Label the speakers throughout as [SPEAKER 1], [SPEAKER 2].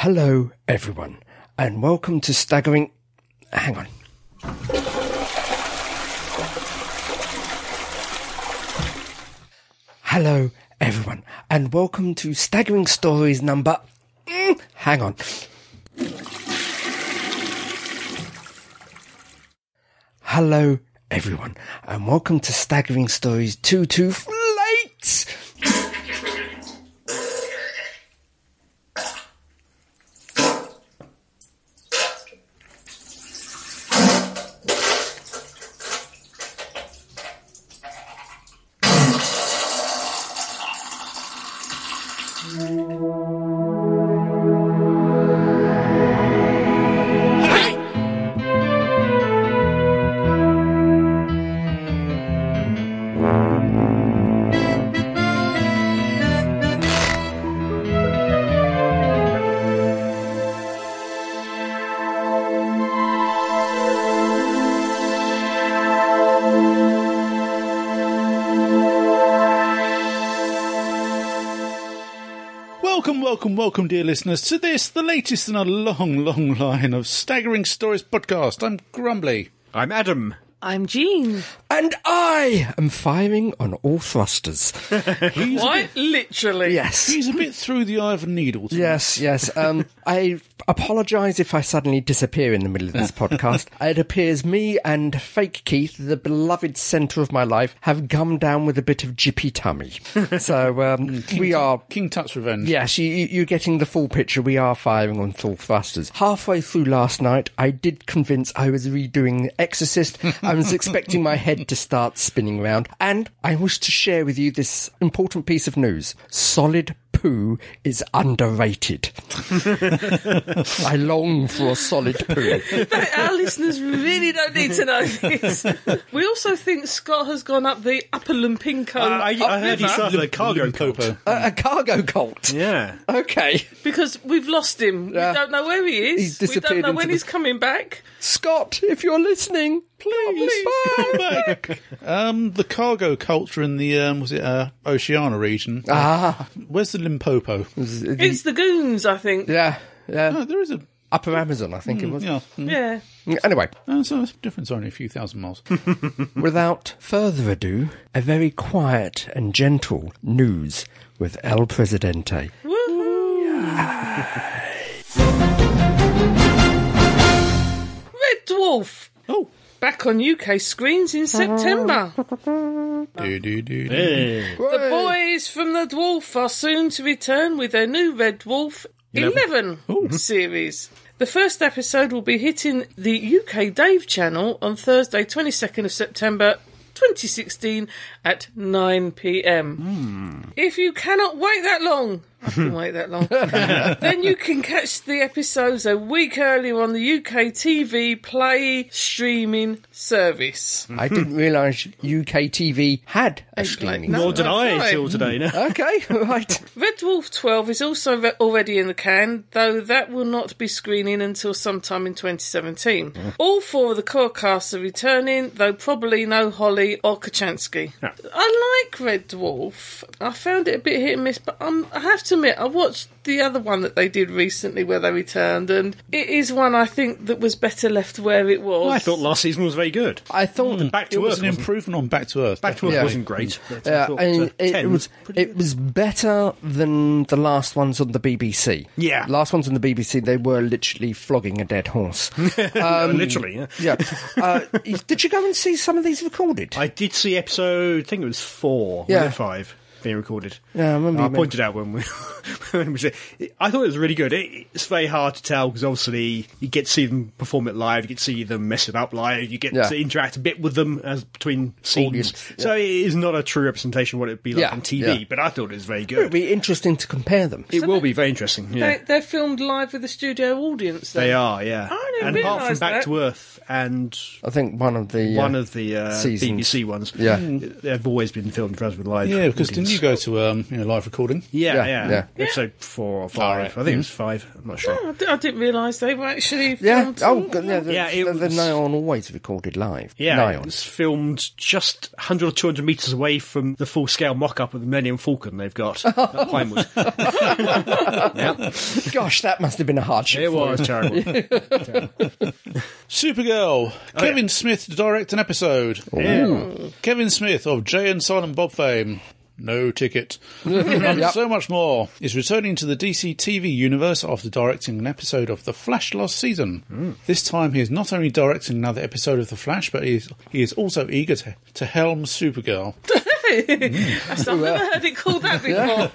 [SPEAKER 1] Hello, everyone, and welcome to Staggering. Hang on. Hello, everyone, and welcome to Staggering Stories number. Mm, hang on. Hello, everyone, and welcome to Staggering Stories 2 2 Late!
[SPEAKER 2] Welcome, welcome, welcome, dear listeners, to this, the latest in a long, long line of Staggering Stories podcast. I'm Grumbly.
[SPEAKER 3] I'm Adam.
[SPEAKER 4] I'm Jean.
[SPEAKER 1] And I am firing on all thrusters.
[SPEAKER 4] What? Literally.
[SPEAKER 1] Yes.
[SPEAKER 2] He's a bit through the eye of a needle. tonight.
[SPEAKER 1] Yes, yes. Um, I apologise if I suddenly disappear in the middle of this podcast. It appears me and fake Keith, the beloved centre of my life, have gummed down with a bit of jippy tummy. So um, we are
[SPEAKER 2] King Tut's Revenge.
[SPEAKER 1] Yes, you, you- you're getting the full picture. We are firing on full thrusters. Halfway through last night, I did convince I was redoing The Exorcist. I was expecting my head to start spinning round. And I wish to share with you this important piece of news. Solid poo is underrated. I long for a solid poo.
[SPEAKER 4] Our listeners really don't need to know this. We also think Scott has gone up the Upper Lumpinko
[SPEAKER 2] Uh,
[SPEAKER 3] Uh, I, I
[SPEAKER 4] up
[SPEAKER 3] heard he
[SPEAKER 4] river
[SPEAKER 3] started a cargo cult.
[SPEAKER 2] Popo.
[SPEAKER 1] A, a cargo cult.
[SPEAKER 3] Yeah.
[SPEAKER 1] Okay.
[SPEAKER 4] because we've lost him.
[SPEAKER 1] Yeah.
[SPEAKER 4] We don't know where he is.
[SPEAKER 1] He's
[SPEAKER 4] we
[SPEAKER 1] disappeared
[SPEAKER 4] don't know
[SPEAKER 1] into
[SPEAKER 4] when
[SPEAKER 1] the-
[SPEAKER 4] he's coming back.
[SPEAKER 1] Scott, if you're listening, please.
[SPEAKER 2] Come
[SPEAKER 1] bye.
[SPEAKER 2] back. um, the cargo culture in the um, was it uh, Oceania region? Ah, where's the Limpopo?
[SPEAKER 4] It's the goons, I think.
[SPEAKER 1] Yeah, yeah.
[SPEAKER 2] Oh, there is a
[SPEAKER 1] Upper Amazon, I think it was.
[SPEAKER 2] yeah.
[SPEAKER 4] Yeah.
[SPEAKER 1] Anyway,
[SPEAKER 2] Uh, so it's difference only a few thousand miles.
[SPEAKER 1] without further ado, a very quiet and gentle news with El Presidente.
[SPEAKER 4] Red Dwarf.
[SPEAKER 2] oh,
[SPEAKER 4] Back on UK screens in September.
[SPEAKER 3] Ah.
[SPEAKER 2] do do do. do.
[SPEAKER 4] The boys from the Dwarf are soon to return with their new Red Dwarf 11 series. The first episode will be hitting the UK Dave channel on Thursday, 22nd of September 2016 at 9 pm. If you cannot wait that long, I can wait that long, then you can catch the episodes a week earlier on the UK TV Play streaming service.
[SPEAKER 1] I didn't realise UK TV had a streaming.
[SPEAKER 4] no.
[SPEAKER 3] Nor did I
[SPEAKER 4] Right.
[SPEAKER 3] till today. No.
[SPEAKER 1] Okay, right.
[SPEAKER 4] Red Dwarf 12 is also re- already in the can, though that will not be screening until sometime in 2017.
[SPEAKER 3] Mm.
[SPEAKER 4] All four of the core casts are returning, though probably no Holly or Kachansky. I like Red Dwarf. I found it a bit hit and miss, but um, I have to admit, I watched the other one that they did recently where they returned, and it is one I think that was better left where it was.
[SPEAKER 3] I thought last season was very good.
[SPEAKER 1] I thought
[SPEAKER 3] Back
[SPEAKER 2] It
[SPEAKER 3] to
[SPEAKER 2] was
[SPEAKER 3] Earth.
[SPEAKER 2] an
[SPEAKER 3] Wasn't,
[SPEAKER 2] improvement on Back to Earth.
[SPEAKER 3] back to Earth
[SPEAKER 1] Yeah.
[SPEAKER 3] wasn't great. But I
[SPEAKER 1] Yeah,
[SPEAKER 3] thought,
[SPEAKER 1] and
[SPEAKER 3] uh,
[SPEAKER 1] it
[SPEAKER 3] 10
[SPEAKER 1] was
[SPEAKER 3] pretty
[SPEAKER 1] it was better than the last ones on the BBC.
[SPEAKER 3] Yeah.
[SPEAKER 1] last ones on the BBC, they were literally flogging a dead horse.
[SPEAKER 3] good. literally. Yeah.
[SPEAKER 1] um, yeah, uh, did you go and see some of these recorded?
[SPEAKER 3] I did see episode. I think it was four.
[SPEAKER 1] Yeah.
[SPEAKER 3] Yeah. five being recorded.
[SPEAKER 1] Yeah, I remember you
[SPEAKER 3] I
[SPEAKER 1] men-
[SPEAKER 3] pointed out when we. when we said, I thought it was really good. It, it's very hard to tell because obviously you get to see them perform it live, you get to see them mess about live, you get
[SPEAKER 1] Yeah.
[SPEAKER 3] to interact a bit with them as between scenes.
[SPEAKER 1] Audience, yeah.
[SPEAKER 3] So it is not a true representation of what it'd be like
[SPEAKER 1] Yeah,
[SPEAKER 3] on TV.
[SPEAKER 1] yeah.
[SPEAKER 3] But I thought it was very
[SPEAKER 1] It'd
[SPEAKER 3] good.
[SPEAKER 1] be interesting to compare them.
[SPEAKER 3] It will be very interesting. Yeah.
[SPEAKER 4] They, they're filmed live with the studio audience, though.
[SPEAKER 3] They are, yeah.
[SPEAKER 4] I didn't
[SPEAKER 3] and apart from
[SPEAKER 4] realise
[SPEAKER 3] Back
[SPEAKER 4] that.
[SPEAKER 3] to Earth and
[SPEAKER 1] I think one of the uh,
[SPEAKER 3] one of the uh,
[SPEAKER 1] Seasons.
[SPEAKER 3] BBC ones, Mm.
[SPEAKER 1] Yeah.
[SPEAKER 3] they've always been filmed for us with live.
[SPEAKER 2] Yeah, because didn't
[SPEAKER 3] audience.
[SPEAKER 2] you you go to um, you know, live recording.
[SPEAKER 3] Yeah,
[SPEAKER 1] Yeah,
[SPEAKER 3] yeah.
[SPEAKER 1] yeah. Mm.
[SPEAKER 3] Episode four or
[SPEAKER 2] All
[SPEAKER 3] five.
[SPEAKER 2] right.
[SPEAKER 3] I think it was five. I'm not sure.
[SPEAKER 4] Oh, I d- I didn't realise they were actually.
[SPEAKER 1] Yeah.
[SPEAKER 4] filmed
[SPEAKER 1] Oh,
[SPEAKER 4] all-
[SPEAKER 1] God, yeah. The,
[SPEAKER 3] Yeah, it
[SPEAKER 1] the, the
[SPEAKER 3] was-
[SPEAKER 1] Nylon always recorded live.
[SPEAKER 3] Yeah,
[SPEAKER 1] Nylon.
[SPEAKER 3] it was filmed just 100 or 200 metres away from the full-scale mock-up of the Millennium Falcon they've got at Pinewood. yeah,
[SPEAKER 1] Gosh, that must have been a hardship.
[SPEAKER 3] it
[SPEAKER 1] for
[SPEAKER 3] was terrible.
[SPEAKER 2] Supergirl. Kevin Smith to direct an episode. Kevin Smith of Jay and Silent Bob fame. No ticket. and so much more. Is returning to the DC TV universe after directing an episode of The Flash last season. This time he is not only directing another episode of The Flash, but he is, he is also eager to, to helm Supergirl.
[SPEAKER 4] I've never heard it called that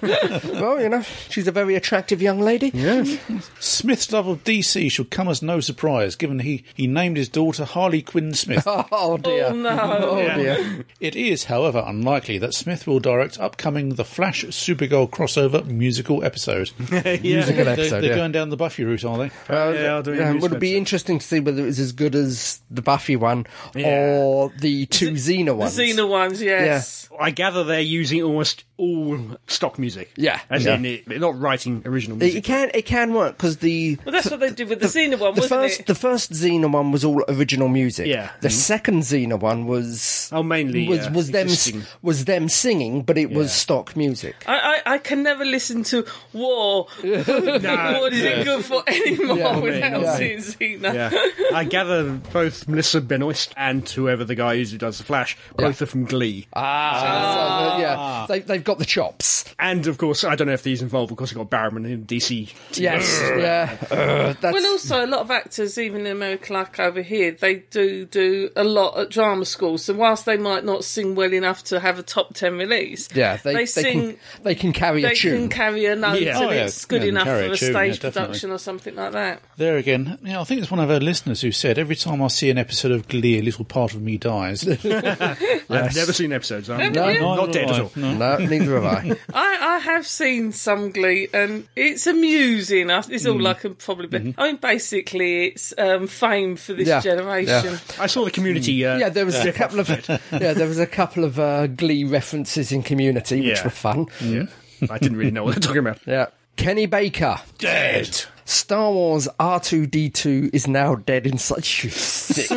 [SPEAKER 4] before.
[SPEAKER 1] you. Well, you know, she's a very attractive young lady.
[SPEAKER 3] Yes.
[SPEAKER 2] Smith's love of DC should come as no surprise, given he, he named his daughter Harley Quinn Smith.
[SPEAKER 1] Oh dear.
[SPEAKER 4] Oh, no.
[SPEAKER 1] Oh
[SPEAKER 4] Yeah.
[SPEAKER 1] dear.
[SPEAKER 2] It is, however, unlikely that Smith will direct upcoming The Flash Supergirl crossover musical episode.
[SPEAKER 1] It's a good
[SPEAKER 2] They,
[SPEAKER 1] episode.
[SPEAKER 2] they're
[SPEAKER 1] yeah.
[SPEAKER 2] going down the Buffy route, are they?
[SPEAKER 1] Uh,
[SPEAKER 3] Yeah, I'll do it
[SPEAKER 1] yeah,
[SPEAKER 3] in
[SPEAKER 1] would it be
[SPEAKER 3] newspaper.
[SPEAKER 1] interesting to see whether it was as good as the Buffy one or the two Xena ones?
[SPEAKER 4] Xena ones, yes.
[SPEAKER 3] I gather they're using almost all stock music.
[SPEAKER 1] Yeah.
[SPEAKER 3] As
[SPEAKER 1] Yeah.
[SPEAKER 3] in, it, they're not writing original
[SPEAKER 1] It, it
[SPEAKER 3] music.
[SPEAKER 1] can it can work because the
[SPEAKER 4] Well, that's what they did with the, Xena one,
[SPEAKER 1] the
[SPEAKER 4] wasn't
[SPEAKER 1] first
[SPEAKER 4] it?
[SPEAKER 1] the first Xena one was all original music.
[SPEAKER 3] Yeah. Mm-hmm.
[SPEAKER 1] The second Xena one was
[SPEAKER 3] Oh, mainly,
[SPEAKER 1] was
[SPEAKER 3] yeah,
[SPEAKER 1] was them
[SPEAKER 3] existing.
[SPEAKER 1] was them singing, but it was stock music.
[SPEAKER 4] I, I, I can never listen to war. what is it good for anymore without
[SPEAKER 1] yeah.
[SPEAKER 4] seeing Xena?
[SPEAKER 3] Yeah. I gather both Melissa Benoist and whoever the guy is who does The Flash, both are from Glee.
[SPEAKER 1] Ah, so, the- yeah, they, they've got the chops.
[SPEAKER 3] And, of course, I don't know if these involve, of course, you've got Barrowman in DC.
[SPEAKER 1] Yes, yeah. Uh, that's
[SPEAKER 4] Well, also a lot of actors, even in America, like over here, they do do a lot at drama schools. So whilst they might not sing well enough to have a top ten release,
[SPEAKER 1] yeah. They, they
[SPEAKER 4] sing.
[SPEAKER 1] can they can carry
[SPEAKER 4] They
[SPEAKER 1] a tune.
[SPEAKER 4] can carry a note,
[SPEAKER 3] Yeah.
[SPEAKER 4] and
[SPEAKER 2] Oh, yeah,
[SPEAKER 4] it's good
[SPEAKER 2] yeah, they
[SPEAKER 4] enough for
[SPEAKER 2] carry a
[SPEAKER 4] a
[SPEAKER 2] tune, yeah,
[SPEAKER 4] stage
[SPEAKER 2] definitely.
[SPEAKER 4] production or something like that.
[SPEAKER 2] There again. You know, I think it's one of our listeners who said, every time I see an episode of Glee, a little part of me dies.
[SPEAKER 3] I've never seen episodes. I'm
[SPEAKER 4] No,
[SPEAKER 2] neither
[SPEAKER 3] Uh, not
[SPEAKER 2] have
[SPEAKER 3] dead
[SPEAKER 2] I.
[SPEAKER 3] at all.
[SPEAKER 1] no, neither have I.
[SPEAKER 4] I, I have seen some Glee, and it's amusing. I- It's
[SPEAKER 1] Mm.
[SPEAKER 4] all I can probably. Be. I mean, basically, it's um, fame for this
[SPEAKER 1] Mm-hmm. Yeah.
[SPEAKER 4] generation.
[SPEAKER 1] Yeah.
[SPEAKER 3] I saw the community. Uh,
[SPEAKER 1] Mm. Yeah, there was a couple of yeah, there was a couple of uh, Glee references in Community, which
[SPEAKER 3] Yeah.
[SPEAKER 1] were fun.
[SPEAKER 3] yeah. I didn't really know what they're talking about.
[SPEAKER 1] Yeah, Kenny Baker.
[SPEAKER 2] Dead!
[SPEAKER 1] Star Wars R two D two is now dead inside you. Sick.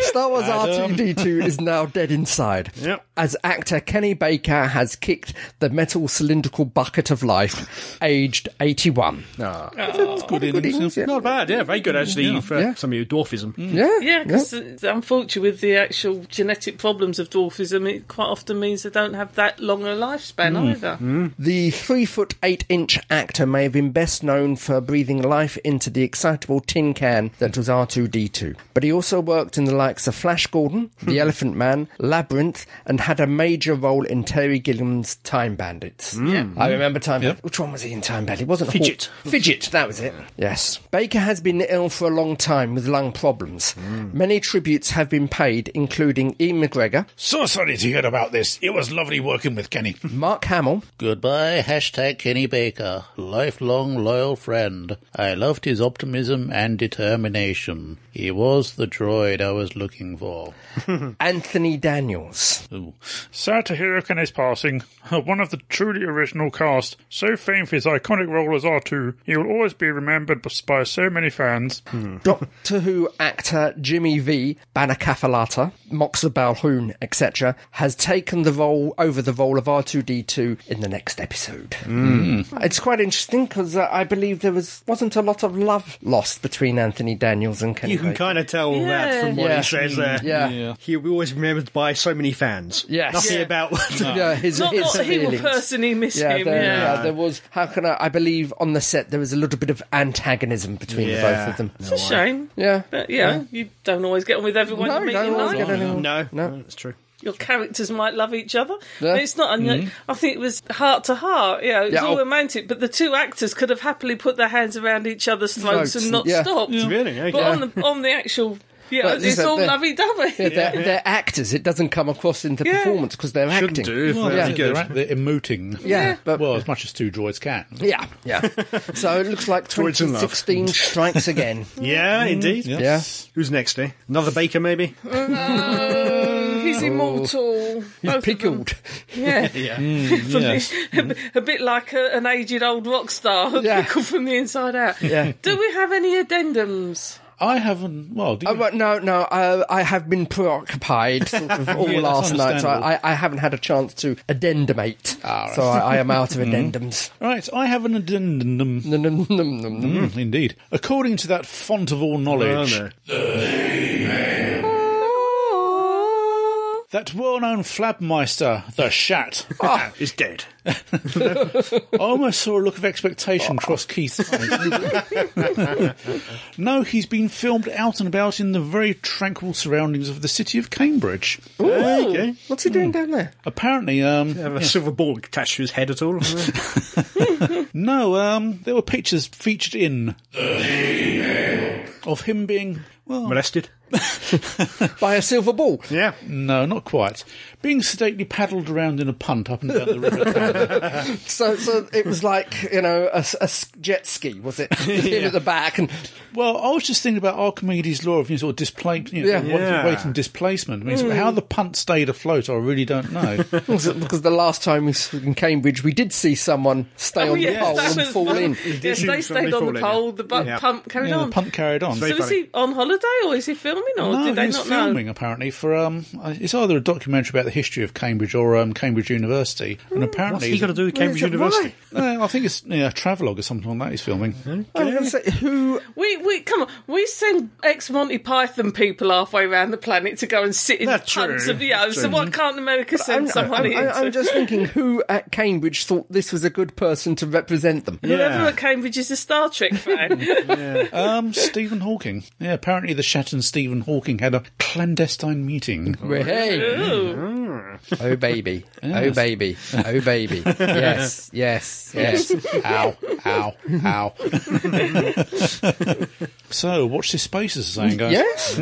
[SPEAKER 1] Star Wars R two D two is now dead inside.
[SPEAKER 3] Yep.
[SPEAKER 1] As actor Kenny Baker has kicked the metal cylindrical bucket of life, aged eighty one.
[SPEAKER 2] Ah, Good innings, yeah.
[SPEAKER 3] Not bad, yeah, very good actually for
[SPEAKER 1] Yeah.
[SPEAKER 3] some of your dwarfism.
[SPEAKER 1] Yeah,
[SPEAKER 4] Yeah, because unfortunately, with the actual genetic problems of dwarfism, it quite often means they don't have that long a lifespan
[SPEAKER 1] Mm.
[SPEAKER 4] either.
[SPEAKER 1] The three foot eight inch actor may have been best known for breathing life into the excitable tin can that was R2D2, but he also worked in the likes of Flash Gordon, The Elephant Man, Labyrinth, and had a major role in Terry Gilliam's Time Bandits. I remember Time Bandits. Which one was he in Time Bandits? It wasn't Hawk-
[SPEAKER 3] Fidget.
[SPEAKER 1] Fidget, that was it. Yes. Baker has been ill for a long time with lung problems. Many tributes have been paid, including E. McGregor,
[SPEAKER 2] So sorry to hear about this. It was lovely working with Kenny.
[SPEAKER 1] Mark Hamill,
[SPEAKER 5] Goodbye, hashtag Kenny Baker, lifelong loyal friend. I loved his optimism and determination. He was the droid I was looking for.
[SPEAKER 1] Anthony Daniels.
[SPEAKER 6] Sad to hear of Kenny's passing. Uh, One of the truly original cast, so famed for his iconic role as R2, he will always be remembered by so many fans.
[SPEAKER 1] Doctor Who actor Jimmy V, Banner Cafalata, Moxa Balhoun, etc., has taken the role over the role of R2D2 in the next episode. It's quite interesting because uh, I believe there was wasn't a lot of love lost between Anthony Daniels and Kenny.
[SPEAKER 3] You can
[SPEAKER 1] Baker.
[SPEAKER 3] kind of tell
[SPEAKER 4] Yeah.
[SPEAKER 3] that from what
[SPEAKER 1] Yeah.
[SPEAKER 3] he says there.
[SPEAKER 1] yeah.
[SPEAKER 3] He'll be always remembered by so many fans.
[SPEAKER 1] Yes.
[SPEAKER 3] Nothing
[SPEAKER 1] Yeah.
[SPEAKER 3] about.
[SPEAKER 1] Yeah, his,
[SPEAKER 4] Not,
[SPEAKER 1] his
[SPEAKER 4] not that he will
[SPEAKER 1] feelings.
[SPEAKER 4] personally miss
[SPEAKER 1] Yeah,
[SPEAKER 4] him.
[SPEAKER 1] there,
[SPEAKER 4] yeah.
[SPEAKER 1] yeah, there was. How can I? I believe on the set there was a little bit of antagonism between the both of them.
[SPEAKER 4] It's a shame.
[SPEAKER 1] Yeah,
[SPEAKER 4] But yeah, you don't always get on with everyone
[SPEAKER 1] No,
[SPEAKER 4] you meet
[SPEAKER 1] no,
[SPEAKER 4] in
[SPEAKER 1] no,
[SPEAKER 4] life.
[SPEAKER 1] no, no, no.
[SPEAKER 3] No, no, that's true.
[SPEAKER 4] Your characters might love each other.
[SPEAKER 1] Yeah. Mm-hmm.
[SPEAKER 4] And It's not. unusual. I think it was heart to heart. Yeah, it was
[SPEAKER 1] Yeah,
[SPEAKER 4] all
[SPEAKER 1] oh.
[SPEAKER 4] romantic. But the two actors could have happily put their hands around each other's throats
[SPEAKER 1] Throats,
[SPEAKER 4] and not
[SPEAKER 1] yeah.
[SPEAKER 4] stopped.
[SPEAKER 3] Really? Okay.
[SPEAKER 4] But on the on the actual, yeah,
[SPEAKER 1] But
[SPEAKER 4] it's
[SPEAKER 1] listen,
[SPEAKER 4] all
[SPEAKER 1] they're-
[SPEAKER 4] lovey dovey.
[SPEAKER 1] They're, they're actors. It doesn't come across in the
[SPEAKER 4] Yeah.
[SPEAKER 1] performance because they're
[SPEAKER 3] Shouldn't
[SPEAKER 1] acting.
[SPEAKER 3] do. If
[SPEAKER 2] Well,
[SPEAKER 3] they're
[SPEAKER 2] yeah,
[SPEAKER 3] any
[SPEAKER 2] they're,
[SPEAKER 3] good.
[SPEAKER 2] right, they're emoting.
[SPEAKER 1] Yeah, but
[SPEAKER 2] Well, as much as two droids can.
[SPEAKER 1] Yeah, yeah. so it looks like
[SPEAKER 3] Droids in love.
[SPEAKER 1] 2016 strikes again.
[SPEAKER 3] Mm. Yeah, indeed.
[SPEAKER 1] Yeah.
[SPEAKER 3] Who's next? Eh? Another Baker, maybe.
[SPEAKER 4] Oh, He's immortal. pickled. both
[SPEAKER 1] Oh. He's
[SPEAKER 4] of them.
[SPEAKER 1] pickled. Mm,
[SPEAKER 4] Yeah. From the-
[SPEAKER 2] yes.
[SPEAKER 4] a, bit- a bit like a, an aged old rock star,
[SPEAKER 1] Yeah.
[SPEAKER 4] pickled from the inside out.
[SPEAKER 1] Yeah.
[SPEAKER 4] Do we have any addendums?
[SPEAKER 2] I haven't. Well, do you,
[SPEAKER 1] Uh, but no, no, uh, I have been preoccupied sort of all
[SPEAKER 2] Yeah, that's
[SPEAKER 1] last night, so
[SPEAKER 2] understandable. Ah,
[SPEAKER 1] I, I haven't had a chance to addendumate. So I, I am out of addendums.
[SPEAKER 2] right, I have an addendum.
[SPEAKER 1] Nom, nom, nom, nom, nom.
[SPEAKER 2] Mm, Indeed. According to that font of all knowledge,
[SPEAKER 3] Oh, no.
[SPEAKER 2] that well-known flabmeister, the Shat,
[SPEAKER 3] It's dead.
[SPEAKER 2] I almost saw a look of expectation cross Keith's eyes. no, he's been filmed out and about in the very tranquil surroundings of the city of Cambridge.
[SPEAKER 3] okay.
[SPEAKER 1] What's he
[SPEAKER 2] Hmm.
[SPEAKER 1] doing down there?
[SPEAKER 2] Apparently, um,
[SPEAKER 3] Have a silver ball attached to his head at all?
[SPEAKER 2] No, um, there were pictures featured in of him being well,
[SPEAKER 3] Molested?
[SPEAKER 1] By a silver ball.
[SPEAKER 3] Yeah.
[SPEAKER 2] no, not quite, being sedately paddled around in a punt up and down the river. Thames.
[SPEAKER 1] So, so it was like you know a, s- a s- jet ski, was it? Him at the back, and
[SPEAKER 2] well, I was just thinking about Archimedes' law of you know, sort of display, you know,
[SPEAKER 1] Yeah.
[SPEAKER 2] sort of weight-
[SPEAKER 3] Yeah.
[SPEAKER 2] weight and displacement. I mean,
[SPEAKER 4] Mm.
[SPEAKER 2] so how the punt stayed afloat, I really don't know.
[SPEAKER 1] was it because the last time we were in Cambridge, we did see someone stay
[SPEAKER 2] Oh,
[SPEAKER 3] Oh,
[SPEAKER 1] on the pole
[SPEAKER 4] Oh, that
[SPEAKER 1] and
[SPEAKER 4] was
[SPEAKER 1] fall
[SPEAKER 4] one-
[SPEAKER 1] in.
[SPEAKER 4] Yes,
[SPEAKER 3] You
[SPEAKER 4] they
[SPEAKER 3] suddenly
[SPEAKER 4] stayed on the
[SPEAKER 3] fall in, yeah.
[SPEAKER 4] pole, the bu-
[SPEAKER 3] Yeah.
[SPEAKER 4] pump carried
[SPEAKER 2] Yeah, the
[SPEAKER 4] on.
[SPEAKER 2] punt carried on.
[SPEAKER 4] so is he on holiday or is he filming or
[SPEAKER 2] no,
[SPEAKER 4] did they
[SPEAKER 2] he was
[SPEAKER 4] not
[SPEAKER 2] filming
[SPEAKER 4] know?
[SPEAKER 2] apparently for um. It's either a documentary about the history of Cambridge or um Cambridge University,
[SPEAKER 4] Mm.
[SPEAKER 2] and apparently
[SPEAKER 3] What's he got to do with Cambridge
[SPEAKER 1] it?
[SPEAKER 3] University?
[SPEAKER 2] No, I think it's yeah, a travelogue or something like that. He's filming.
[SPEAKER 3] Hmm?
[SPEAKER 1] I was gonna say, who?
[SPEAKER 4] We we come on, we send ex Monty Python people halfway around the planet to go and sit in
[SPEAKER 3] That's
[SPEAKER 4] punts
[SPEAKER 3] true.
[SPEAKER 4] of the so what can't America send
[SPEAKER 1] I'm,
[SPEAKER 4] someone
[SPEAKER 1] I'm-
[SPEAKER 4] in?
[SPEAKER 1] I'm- I'm just thinking, who at Cambridge thought this was a good person to represent them?
[SPEAKER 4] Whoever
[SPEAKER 3] Yeah.
[SPEAKER 4] at Cambridge is a Star Trek fan.
[SPEAKER 2] Um, Stephen Hawking. Yeah, apparently the Shat and Stephen Hawking had a clandestine meeting.
[SPEAKER 1] Hey,
[SPEAKER 4] Ooh.
[SPEAKER 1] oh baby, oh baby, oh baby, yes, yes, yes.
[SPEAKER 2] ow, ow, ow. so, watch this space, as I'm saying, guys.
[SPEAKER 1] Yes,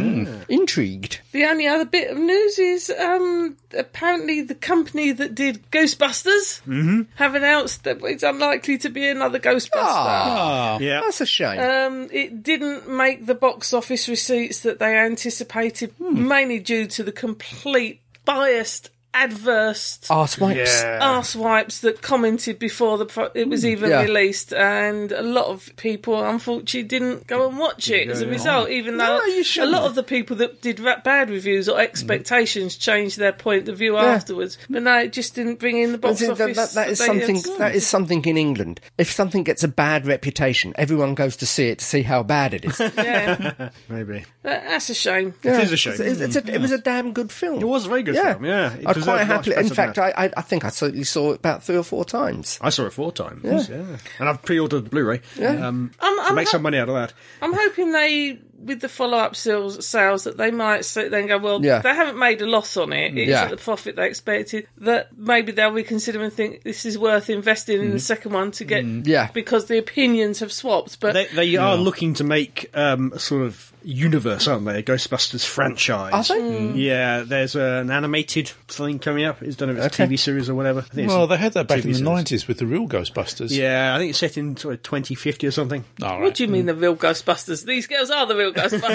[SPEAKER 1] intrigued.
[SPEAKER 4] The only other bit of news is um, apparently the company that did Ghostbusters have announced that it's unlikely to be another
[SPEAKER 1] uh, Ah.
[SPEAKER 4] Ghostbuster.
[SPEAKER 3] Yeah.
[SPEAKER 1] That's a shame.
[SPEAKER 4] Um, it didn't make the box office receipts that they anticipated,
[SPEAKER 1] Hmm.
[SPEAKER 4] mainly due to the complete biased, adverse
[SPEAKER 1] Arse wipes.
[SPEAKER 3] Yeah.
[SPEAKER 4] arse wipes that commented before the pro- it was
[SPEAKER 1] Hmm.
[SPEAKER 4] even
[SPEAKER 1] yeah.
[SPEAKER 4] released, and a lot of people unfortunately didn't go and watch it as a result. Even though
[SPEAKER 1] No, you
[SPEAKER 4] a
[SPEAKER 1] shouldn't. Hmm.
[SPEAKER 4] lot of the people that did ra- bad reviews or expectations changed their point of view afterwards, but no, it just didn't bring in the box
[SPEAKER 1] That's it, that,
[SPEAKER 4] office.
[SPEAKER 1] that, that is
[SPEAKER 4] they had-
[SPEAKER 1] something. That is something in England. If something gets a bad reputation, everyone goes to see it to see how bad it is. It
[SPEAKER 4] yeah,
[SPEAKER 3] Maybe.
[SPEAKER 4] That- that's a shame.
[SPEAKER 3] It is a shame.
[SPEAKER 1] It's, it's a, it was a damn good film. It
[SPEAKER 3] was a very good film, yeah. It
[SPEAKER 1] I
[SPEAKER 3] deserved
[SPEAKER 1] quite
[SPEAKER 3] much
[SPEAKER 1] happily. In
[SPEAKER 3] better than
[SPEAKER 1] fact, I,
[SPEAKER 3] that.
[SPEAKER 1] I, I think I certainly saw it about three or four times.
[SPEAKER 3] I saw it four times. yeah. And I've pre-ordered the Blu-ray. Yeah. Um,
[SPEAKER 4] I'm,
[SPEAKER 3] to
[SPEAKER 4] I'm,
[SPEAKER 3] make
[SPEAKER 4] ho-
[SPEAKER 3] some money out of that.
[SPEAKER 4] I'm hoping they, with the follow-up sales, sales that they might sit there and go, well,
[SPEAKER 1] Yeah.
[SPEAKER 4] they haven't made a loss on it. It's
[SPEAKER 1] Yeah.
[SPEAKER 4] at the profit they expected. That maybe they'll reconsider and think this is worth investing in the second one to get,
[SPEAKER 1] Yeah.
[SPEAKER 4] because the opinions have swapped. But
[SPEAKER 3] They, they are looking to make um, a sort of universe, aren't they? A Ghostbusters franchise.
[SPEAKER 1] Are they?
[SPEAKER 2] Mm.
[SPEAKER 3] Yeah, there's an animated thing coming up. It's done if it's a TV series or whatever. I think it's-
[SPEAKER 2] Well, they had that back
[SPEAKER 3] TV
[SPEAKER 2] in the
[SPEAKER 3] series.
[SPEAKER 2] 90s with the real Ghostbusters.
[SPEAKER 3] Yeah, I think it's set in sort of 2050 or something.
[SPEAKER 2] All
[SPEAKER 4] what
[SPEAKER 2] right.
[SPEAKER 4] do you mean the real Ghostbusters? These girls are the real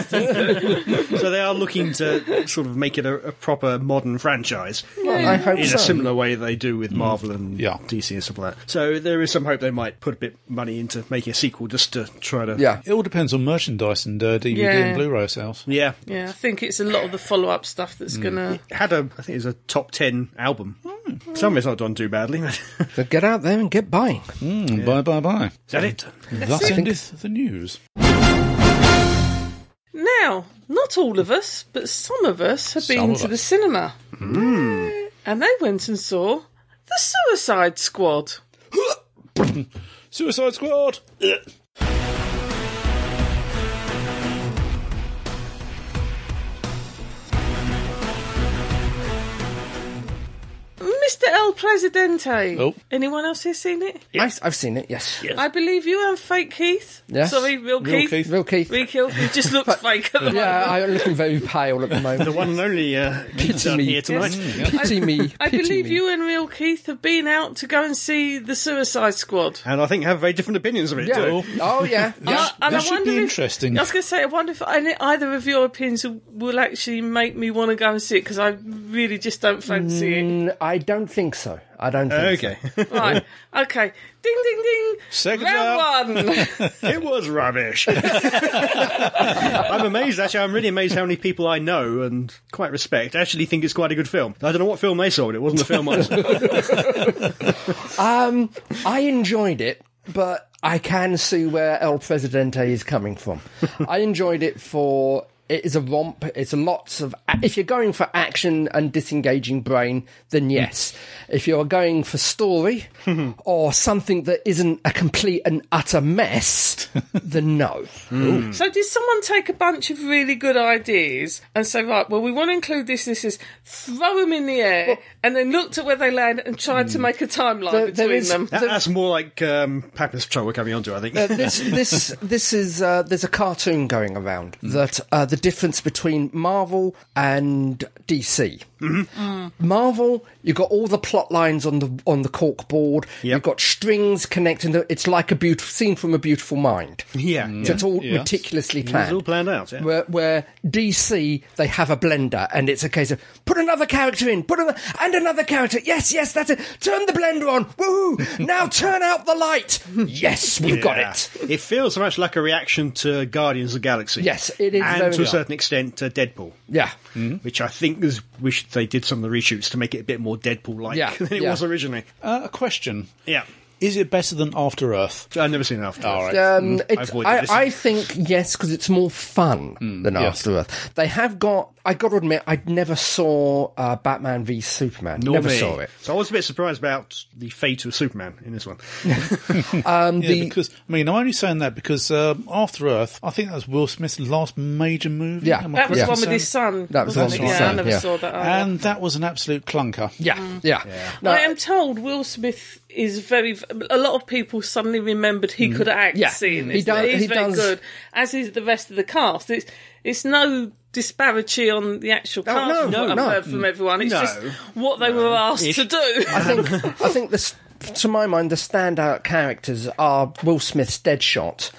[SPEAKER 4] Ghostbusters.
[SPEAKER 3] so they are looking to sort of make it a, a proper modern franchise.
[SPEAKER 1] I hope
[SPEAKER 3] in
[SPEAKER 1] so.
[SPEAKER 3] a similar way they do with Marvel and
[SPEAKER 2] Mm. Yeah.
[SPEAKER 3] DC and stuff like that. So there is some hope they might put a bit of money into making a sequel just to try to
[SPEAKER 1] yeah.
[SPEAKER 2] It all depends on merchandise and uh, DVD
[SPEAKER 4] Yeah. Hmm,
[SPEAKER 2] and Blu-ray sales.
[SPEAKER 3] yeah.
[SPEAKER 4] yeah, I think it's a lot of the follow-up stuff that's gonna.
[SPEAKER 3] It had a I think it was a top ten album.
[SPEAKER 2] Hmm.
[SPEAKER 3] Some of it's not done too badly. but- is
[SPEAKER 1] So get out there and get buying.
[SPEAKER 2] Mm, Bye, bye, bye.
[SPEAKER 3] that it?
[SPEAKER 2] Thus endeth the news.
[SPEAKER 4] Now, not all of us, but some of us have
[SPEAKER 2] Some
[SPEAKER 4] been
[SPEAKER 2] of
[SPEAKER 4] to the
[SPEAKER 2] us.
[SPEAKER 4] cinema. And they went and saw The Suicide Squad.
[SPEAKER 2] Suicide Squad.
[SPEAKER 4] Mr. El Presidente.
[SPEAKER 2] Oh.
[SPEAKER 4] Anyone else here seen it?
[SPEAKER 1] I've, I've seen it, yes.
[SPEAKER 4] I believe you and fake Keith.
[SPEAKER 1] Yes.
[SPEAKER 4] Sorry, real,
[SPEAKER 2] Real
[SPEAKER 4] Keith.
[SPEAKER 2] Keith.
[SPEAKER 1] Real Keith.
[SPEAKER 4] Real Keith. He just looks fake at the
[SPEAKER 1] Yeah,
[SPEAKER 4] moment.
[SPEAKER 1] I'm looking very pale at the
[SPEAKER 3] The
[SPEAKER 1] moment.
[SPEAKER 3] one and only uh, Keith
[SPEAKER 1] me.
[SPEAKER 3] here tonight.
[SPEAKER 1] Pity me.
[SPEAKER 4] I
[SPEAKER 1] pity
[SPEAKER 4] believe
[SPEAKER 1] me.
[SPEAKER 4] you and Real Keith have been out to go and see the Suicide Squad.
[SPEAKER 3] And I think have very different opinions of it,
[SPEAKER 1] Yeah.
[SPEAKER 3] too.
[SPEAKER 1] Oh, yeah.
[SPEAKER 4] Uh, and
[SPEAKER 2] that
[SPEAKER 4] I
[SPEAKER 2] should
[SPEAKER 4] wonder
[SPEAKER 2] be
[SPEAKER 4] if-
[SPEAKER 2] interesting.
[SPEAKER 4] I was going to say, I wonder if any, either of your opinions will- will actually make me want to go and see it because I really just don't fancy it.
[SPEAKER 1] Mm, I don't think so. I don't think
[SPEAKER 3] Okay.
[SPEAKER 4] Right. Okay. Ding, ding, ding.
[SPEAKER 2] Second
[SPEAKER 4] Round one.
[SPEAKER 3] it was rubbish. I'm amazed, actually. I'm really amazed how many people I know and quite respect actually think it's quite a good film. I don't know what film they saw, and it wasn't the film I saw.
[SPEAKER 1] Um, I enjoyed it, but I can see where El Presidente is coming from. I enjoyed it for it is a romp. It's a lots of if you're going for action and disengaging brain, then yes. If you're going for story or something that isn't a complete and utter mess, then no.
[SPEAKER 4] So did someone take a bunch of really good ideas and say, right, well, we want to include this, this, this, throw them in the air, and then looked at where they land and tried to make a timeline
[SPEAKER 1] Hmm. There-
[SPEAKER 4] between
[SPEAKER 1] there is-
[SPEAKER 4] them?
[SPEAKER 3] That- that's more like um, Papa's Patrol we're coming onto, I think.
[SPEAKER 1] Uh, this this this is uh, there's a cartoon going around
[SPEAKER 3] Mm.
[SPEAKER 1] that uh, the difference between Marvel and DC.
[SPEAKER 3] Mm-hmm.
[SPEAKER 1] Marvel, you've got all the plot lines on the on the cork board. You've got strings connecting. The, it's like a beautiful scene from a beautiful mind.
[SPEAKER 3] yeah.
[SPEAKER 1] So it's all
[SPEAKER 2] Yes.
[SPEAKER 1] meticulously
[SPEAKER 3] It's all
[SPEAKER 1] planned.
[SPEAKER 3] planned out, yeah.
[SPEAKER 1] Where, where DC they have a blender and it's a case of put another character in, put another and another character. Yes, yes, that's it. Turn the blender on. Woohoo! Now turn out the light. Yes, we've got
[SPEAKER 3] Yeah.
[SPEAKER 1] it.
[SPEAKER 3] It feels so much like a reaction to Guardians of the Galaxy.
[SPEAKER 1] Yes, it is
[SPEAKER 3] And
[SPEAKER 1] very
[SPEAKER 3] to a
[SPEAKER 1] much.
[SPEAKER 3] certain extent, uh, Deadpool.
[SPEAKER 1] Yeah.
[SPEAKER 3] Which I think is wish they did some of the reshoots to make it a bit more Deadpool-like
[SPEAKER 1] Yeah,
[SPEAKER 3] than it
[SPEAKER 1] yeah.
[SPEAKER 3] was originally.
[SPEAKER 2] Uh, a question.
[SPEAKER 3] Yeah,
[SPEAKER 2] Is it better than After Earth?
[SPEAKER 3] So I've never seen it after.
[SPEAKER 2] All right.
[SPEAKER 1] Um, it's,
[SPEAKER 3] Mm, avoided
[SPEAKER 1] I,
[SPEAKER 3] this. Mm,
[SPEAKER 1] I think yes, because it's more fun than
[SPEAKER 2] yes.
[SPEAKER 1] After Earth. They have got. I got to admit, I never saw uh, Batman v Superman.
[SPEAKER 3] Nor
[SPEAKER 1] never
[SPEAKER 3] me.
[SPEAKER 1] saw it.
[SPEAKER 3] So I was a bit surprised about the fate of Superman in this one.
[SPEAKER 4] Um,
[SPEAKER 2] yeah, because I mean, I'm only saying that because um, After Earth, I think that was Will Smith's last major movie.
[SPEAKER 1] Yeah.
[SPEAKER 2] Am I
[SPEAKER 4] That
[SPEAKER 2] correct
[SPEAKER 4] was the
[SPEAKER 2] in
[SPEAKER 4] one with his
[SPEAKER 2] saying?
[SPEAKER 4] son.
[SPEAKER 1] That was the
[SPEAKER 4] wasn't
[SPEAKER 2] one with his
[SPEAKER 4] it? yeah, I
[SPEAKER 2] son,
[SPEAKER 4] never
[SPEAKER 1] yeah.
[SPEAKER 4] saw that. either.
[SPEAKER 2] And that was an absolute clunker.
[SPEAKER 1] Yeah, yeah. No,
[SPEAKER 4] Mm. I am told Will Smith is very. A lot of people suddenly remembered he could act.
[SPEAKER 1] Hmm. Yeah.
[SPEAKER 4] seeing
[SPEAKER 1] He
[SPEAKER 4] this.
[SPEAKER 1] does-
[SPEAKER 4] He's
[SPEAKER 1] he
[SPEAKER 4] very
[SPEAKER 1] does-
[SPEAKER 4] good, as is the rest of the cast. It's it's no disparity on the actual cast.
[SPEAKER 1] no,
[SPEAKER 4] from what
[SPEAKER 1] Oh, no,
[SPEAKER 4] I've
[SPEAKER 1] no.
[SPEAKER 4] heard from everyone. It's
[SPEAKER 3] No.
[SPEAKER 4] just what they were asked to do.
[SPEAKER 1] I think I think this. To my mind, the standout characters are Will Smith's Deadshot,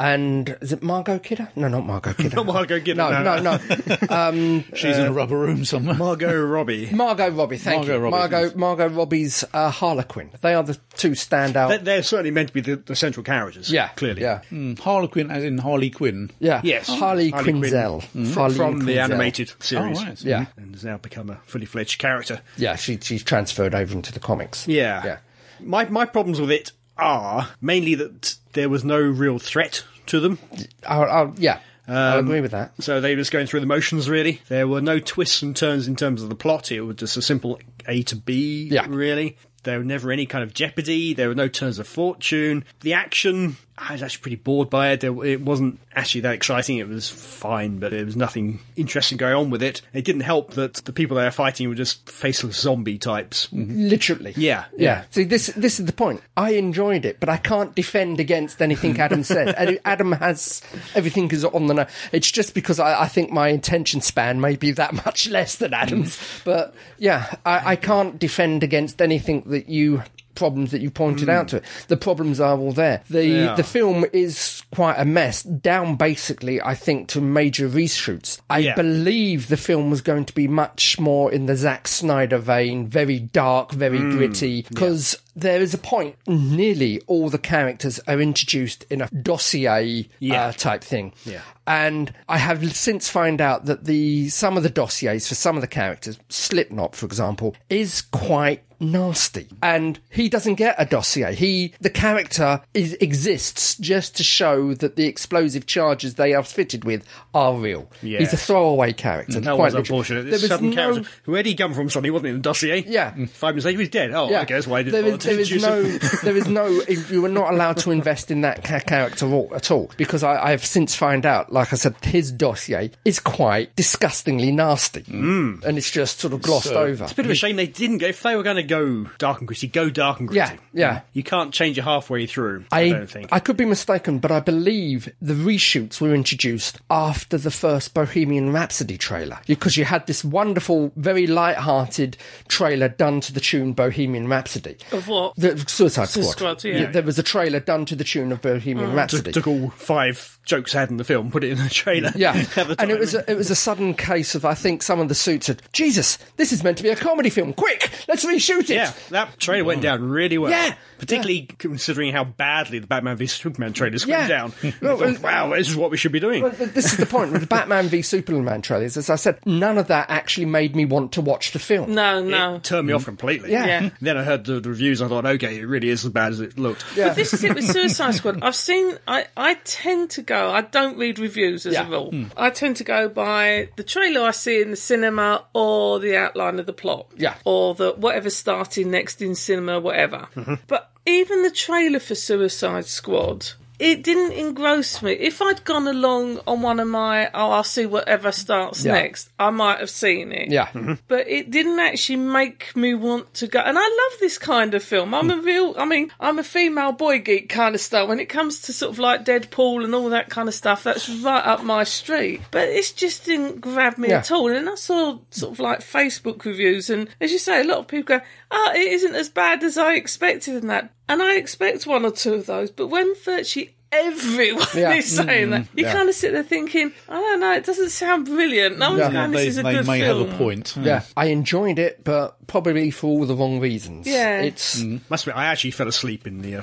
[SPEAKER 1] and is it Margot Kidder? No, not Margot Kidder.
[SPEAKER 3] Mm-hmm. Not Margot Kidder,
[SPEAKER 1] No, no,
[SPEAKER 3] no.
[SPEAKER 1] no. Uh,
[SPEAKER 2] She's
[SPEAKER 4] Uh,
[SPEAKER 2] in a rubber room somewhere.
[SPEAKER 3] Margot Robbie.
[SPEAKER 1] Margot Robbie. Thank
[SPEAKER 2] Margot
[SPEAKER 1] you.
[SPEAKER 2] Robbie,
[SPEAKER 1] Margot
[SPEAKER 2] yes.
[SPEAKER 1] Margot Robbie's uh, Harlequin. They are the two standout.
[SPEAKER 3] They- They're certainly meant to be the, the central characters.
[SPEAKER 1] yeah,
[SPEAKER 3] clearly.
[SPEAKER 1] Yeah.
[SPEAKER 2] Mm, Harlequin, as in Harley Quinn.
[SPEAKER 1] Yeah. Oh.
[SPEAKER 3] Yes.
[SPEAKER 1] Harley,
[SPEAKER 3] Harley Quinn.
[SPEAKER 1] Quinzel.
[SPEAKER 3] From,
[SPEAKER 1] Harley
[SPEAKER 3] from the
[SPEAKER 1] Quinzel.
[SPEAKER 3] animated series.
[SPEAKER 2] right.
[SPEAKER 1] Yeah.
[SPEAKER 3] And has now become a fully fledged character.
[SPEAKER 1] Yeah, she, she's transferred over into the comics.
[SPEAKER 3] Yeah.
[SPEAKER 1] Yeah.
[SPEAKER 3] My my problems with it are mainly that there was no real threat to them.
[SPEAKER 1] I'll, I'll, yeah.
[SPEAKER 3] Um,
[SPEAKER 1] I'll agree with that.
[SPEAKER 3] So they were just going through the motions, really. There were no twists and turns in terms of the plot. It was just a simple A to B,
[SPEAKER 1] Yeah.
[SPEAKER 3] really. There were never any kind of jeopardy. There were no turns of fortune. The action, I was actually pretty bored by it. There, it wasn't actually that exciting. It was fine, but there was nothing interesting going on with it. It didn't help that the people they were fighting were just faceless zombie types.
[SPEAKER 1] Mm-hmm. Literally.
[SPEAKER 3] Yeah,
[SPEAKER 1] Yeah. See, this this is the point. I enjoyed it, but I can't defend against anything Adam said. Ad- Adam has everything is on the. No- it's just because I, I think my attention span may be that much less than Adam's.
[SPEAKER 3] Mm.
[SPEAKER 1] But yeah, I, I can't defend against anything that you problems that you pointed out to it. The problems are all there. The
[SPEAKER 3] Mm. Yeah.
[SPEAKER 1] the film is quite a mess. Down basically, I think, to major reshoots. I
[SPEAKER 3] Yeah.
[SPEAKER 1] believe the film was going to be much more in the Zack Snyder vein, very dark, very
[SPEAKER 3] Mm.
[SPEAKER 1] gritty, because there is a point nearly all the characters are introduced in a dossier
[SPEAKER 3] Yeah.
[SPEAKER 1] uh, type thing.
[SPEAKER 3] Yeah.
[SPEAKER 1] And I have since found out that the some of the dossiers for some of the characters, Slipknot for example, is quite nasty. And he doesn't get a dossier. He the character is exists just to show that the explosive charges they are fitted with are real.
[SPEAKER 3] Yeah.
[SPEAKER 1] He's a throwaway character.
[SPEAKER 3] Mm, That
[SPEAKER 1] quite
[SPEAKER 3] was
[SPEAKER 1] literally.
[SPEAKER 3] unfortunate.
[SPEAKER 1] There
[SPEAKER 3] This
[SPEAKER 1] was
[SPEAKER 3] sudden
[SPEAKER 1] no-
[SPEAKER 3] character. Where'd he come from suddenly? Wasn't in the dossier?
[SPEAKER 1] Yeah.
[SPEAKER 3] Five minutes later, he was dead. Oh, okay, that's why I didn't
[SPEAKER 1] there
[SPEAKER 3] bother
[SPEAKER 1] is,
[SPEAKER 3] to
[SPEAKER 1] there is
[SPEAKER 3] introduce
[SPEAKER 1] no,
[SPEAKER 3] him.
[SPEAKER 1] there is no. You were not allowed to invest in that ca- character all, at all because I, I have since found out. Like I said, his dossier is quite disgustingly nasty, mm. and it's just sort of glossed over.
[SPEAKER 3] It's a bit of a shame they didn't go. If they were going to go dark and gritty, go dark and gritty.
[SPEAKER 1] Yeah, yeah.
[SPEAKER 3] You can't change it halfway through. I,
[SPEAKER 1] I,
[SPEAKER 3] don't think.
[SPEAKER 1] I could be mistaken, but I believe the reshoots were introduced after the first Bohemian Rhapsody trailer because you had this wonderful, very light-hearted trailer done to the tune Bohemian Rhapsody.
[SPEAKER 4] Of what?
[SPEAKER 1] The Suicide Squad.
[SPEAKER 4] Squad, yeah. Mm.
[SPEAKER 1] There was a trailer done to the tune of Bohemian Rhapsody.
[SPEAKER 3] took all five jokes I had in the film, put it in the trailer.
[SPEAKER 1] yeah,
[SPEAKER 3] At the
[SPEAKER 1] and it
[SPEAKER 3] time.
[SPEAKER 1] was a, it was a sudden case of I think some of the suits had Jesus. This is meant to be a comedy film. Quick, let's reshoot it.
[SPEAKER 3] Yeah, that trailer went down really well.
[SPEAKER 1] Yeah,
[SPEAKER 3] Particularly considering how badly the Batman v Superman trailers went
[SPEAKER 1] Yeah.
[SPEAKER 3] down. I
[SPEAKER 1] Well,
[SPEAKER 3] thought, wow, this is what we should be doing.
[SPEAKER 1] But th- this is the point with the Batman v Superman trailers. As I said, none of that actually made me want to watch the film.
[SPEAKER 4] No, no.
[SPEAKER 3] It turned me off completely.
[SPEAKER 1] Yeah.
[SPEAKER 4] Yeah.
[SPEAKER 3] Then I heard the, the reviews and I thought, okay, it really is as bad as it looked.
[SPEAKER 1] Yeah.
[SPEAKER 4] But this is it with Suicide Squad. I've seen. I, I tend to go. I don't read reviews as
[SPEAKER 1] Yeah. Hmm.
[SPEAKER 4] a rule. I tend to go by the trailer I see in the cinema or the outline of the plot.
[SPEAKER 1] Yeah.
[SPEAKER 4] Or the whatever's starting next in cinema, whatever.
[SPEAKER 1] Mm-hmm.
[SPEAKER 4] But even the trailer for Suicide Squad. It didn't engross me. If I'd gone along on one of my, oh, I'll see whatever starts
[SPEAKER 1] Yeah.
[SPEAKER 4] next, I might have seen it
[SPEAKER 1] Yeah,
[SPEAKER 4] but it didn't actually make me want to go. And I love this kind of film. I'm a real, I mean, I'm a female boy geek kind of style. When it comes to sort of like Deadpool and all that kind of stuff, that's right up my street. But it's just didn't grab me
[SPEAKER 1] Yeah.
[SPEAKER 4] at all. And I saw sort of like Facebook reviews, and as you say, a lot of people go, "Oh, it isn't as bad as I expected," and that. And I expect one or two of those, but when virtually everyone
[SPEAKER 1] Yeah.
[SPEAKER 4] is saying that, you kind of sit there thinking, "I don't know, it doesn't sound brilliant." No one's
[SPEAKER 1] Yeah.
[SPEAKER 4] going, "This
[SPEAKER 2] they
[SPEAKER 4] is a
[SPEAKER 2] they
[SPEAKER 4] good
[SPEAKER 2] may
[SPEAKER 4] film."
[SPEAKER 2] have a point.
[SPEAKER 1] yeah. I enjoyed it, but probably for all the wrong reasons.
[SPEAKER 4] Yeah.
[SPEAKER 1] it's
[SPEAKER 3] Must be, I actually fell asleep in the uh,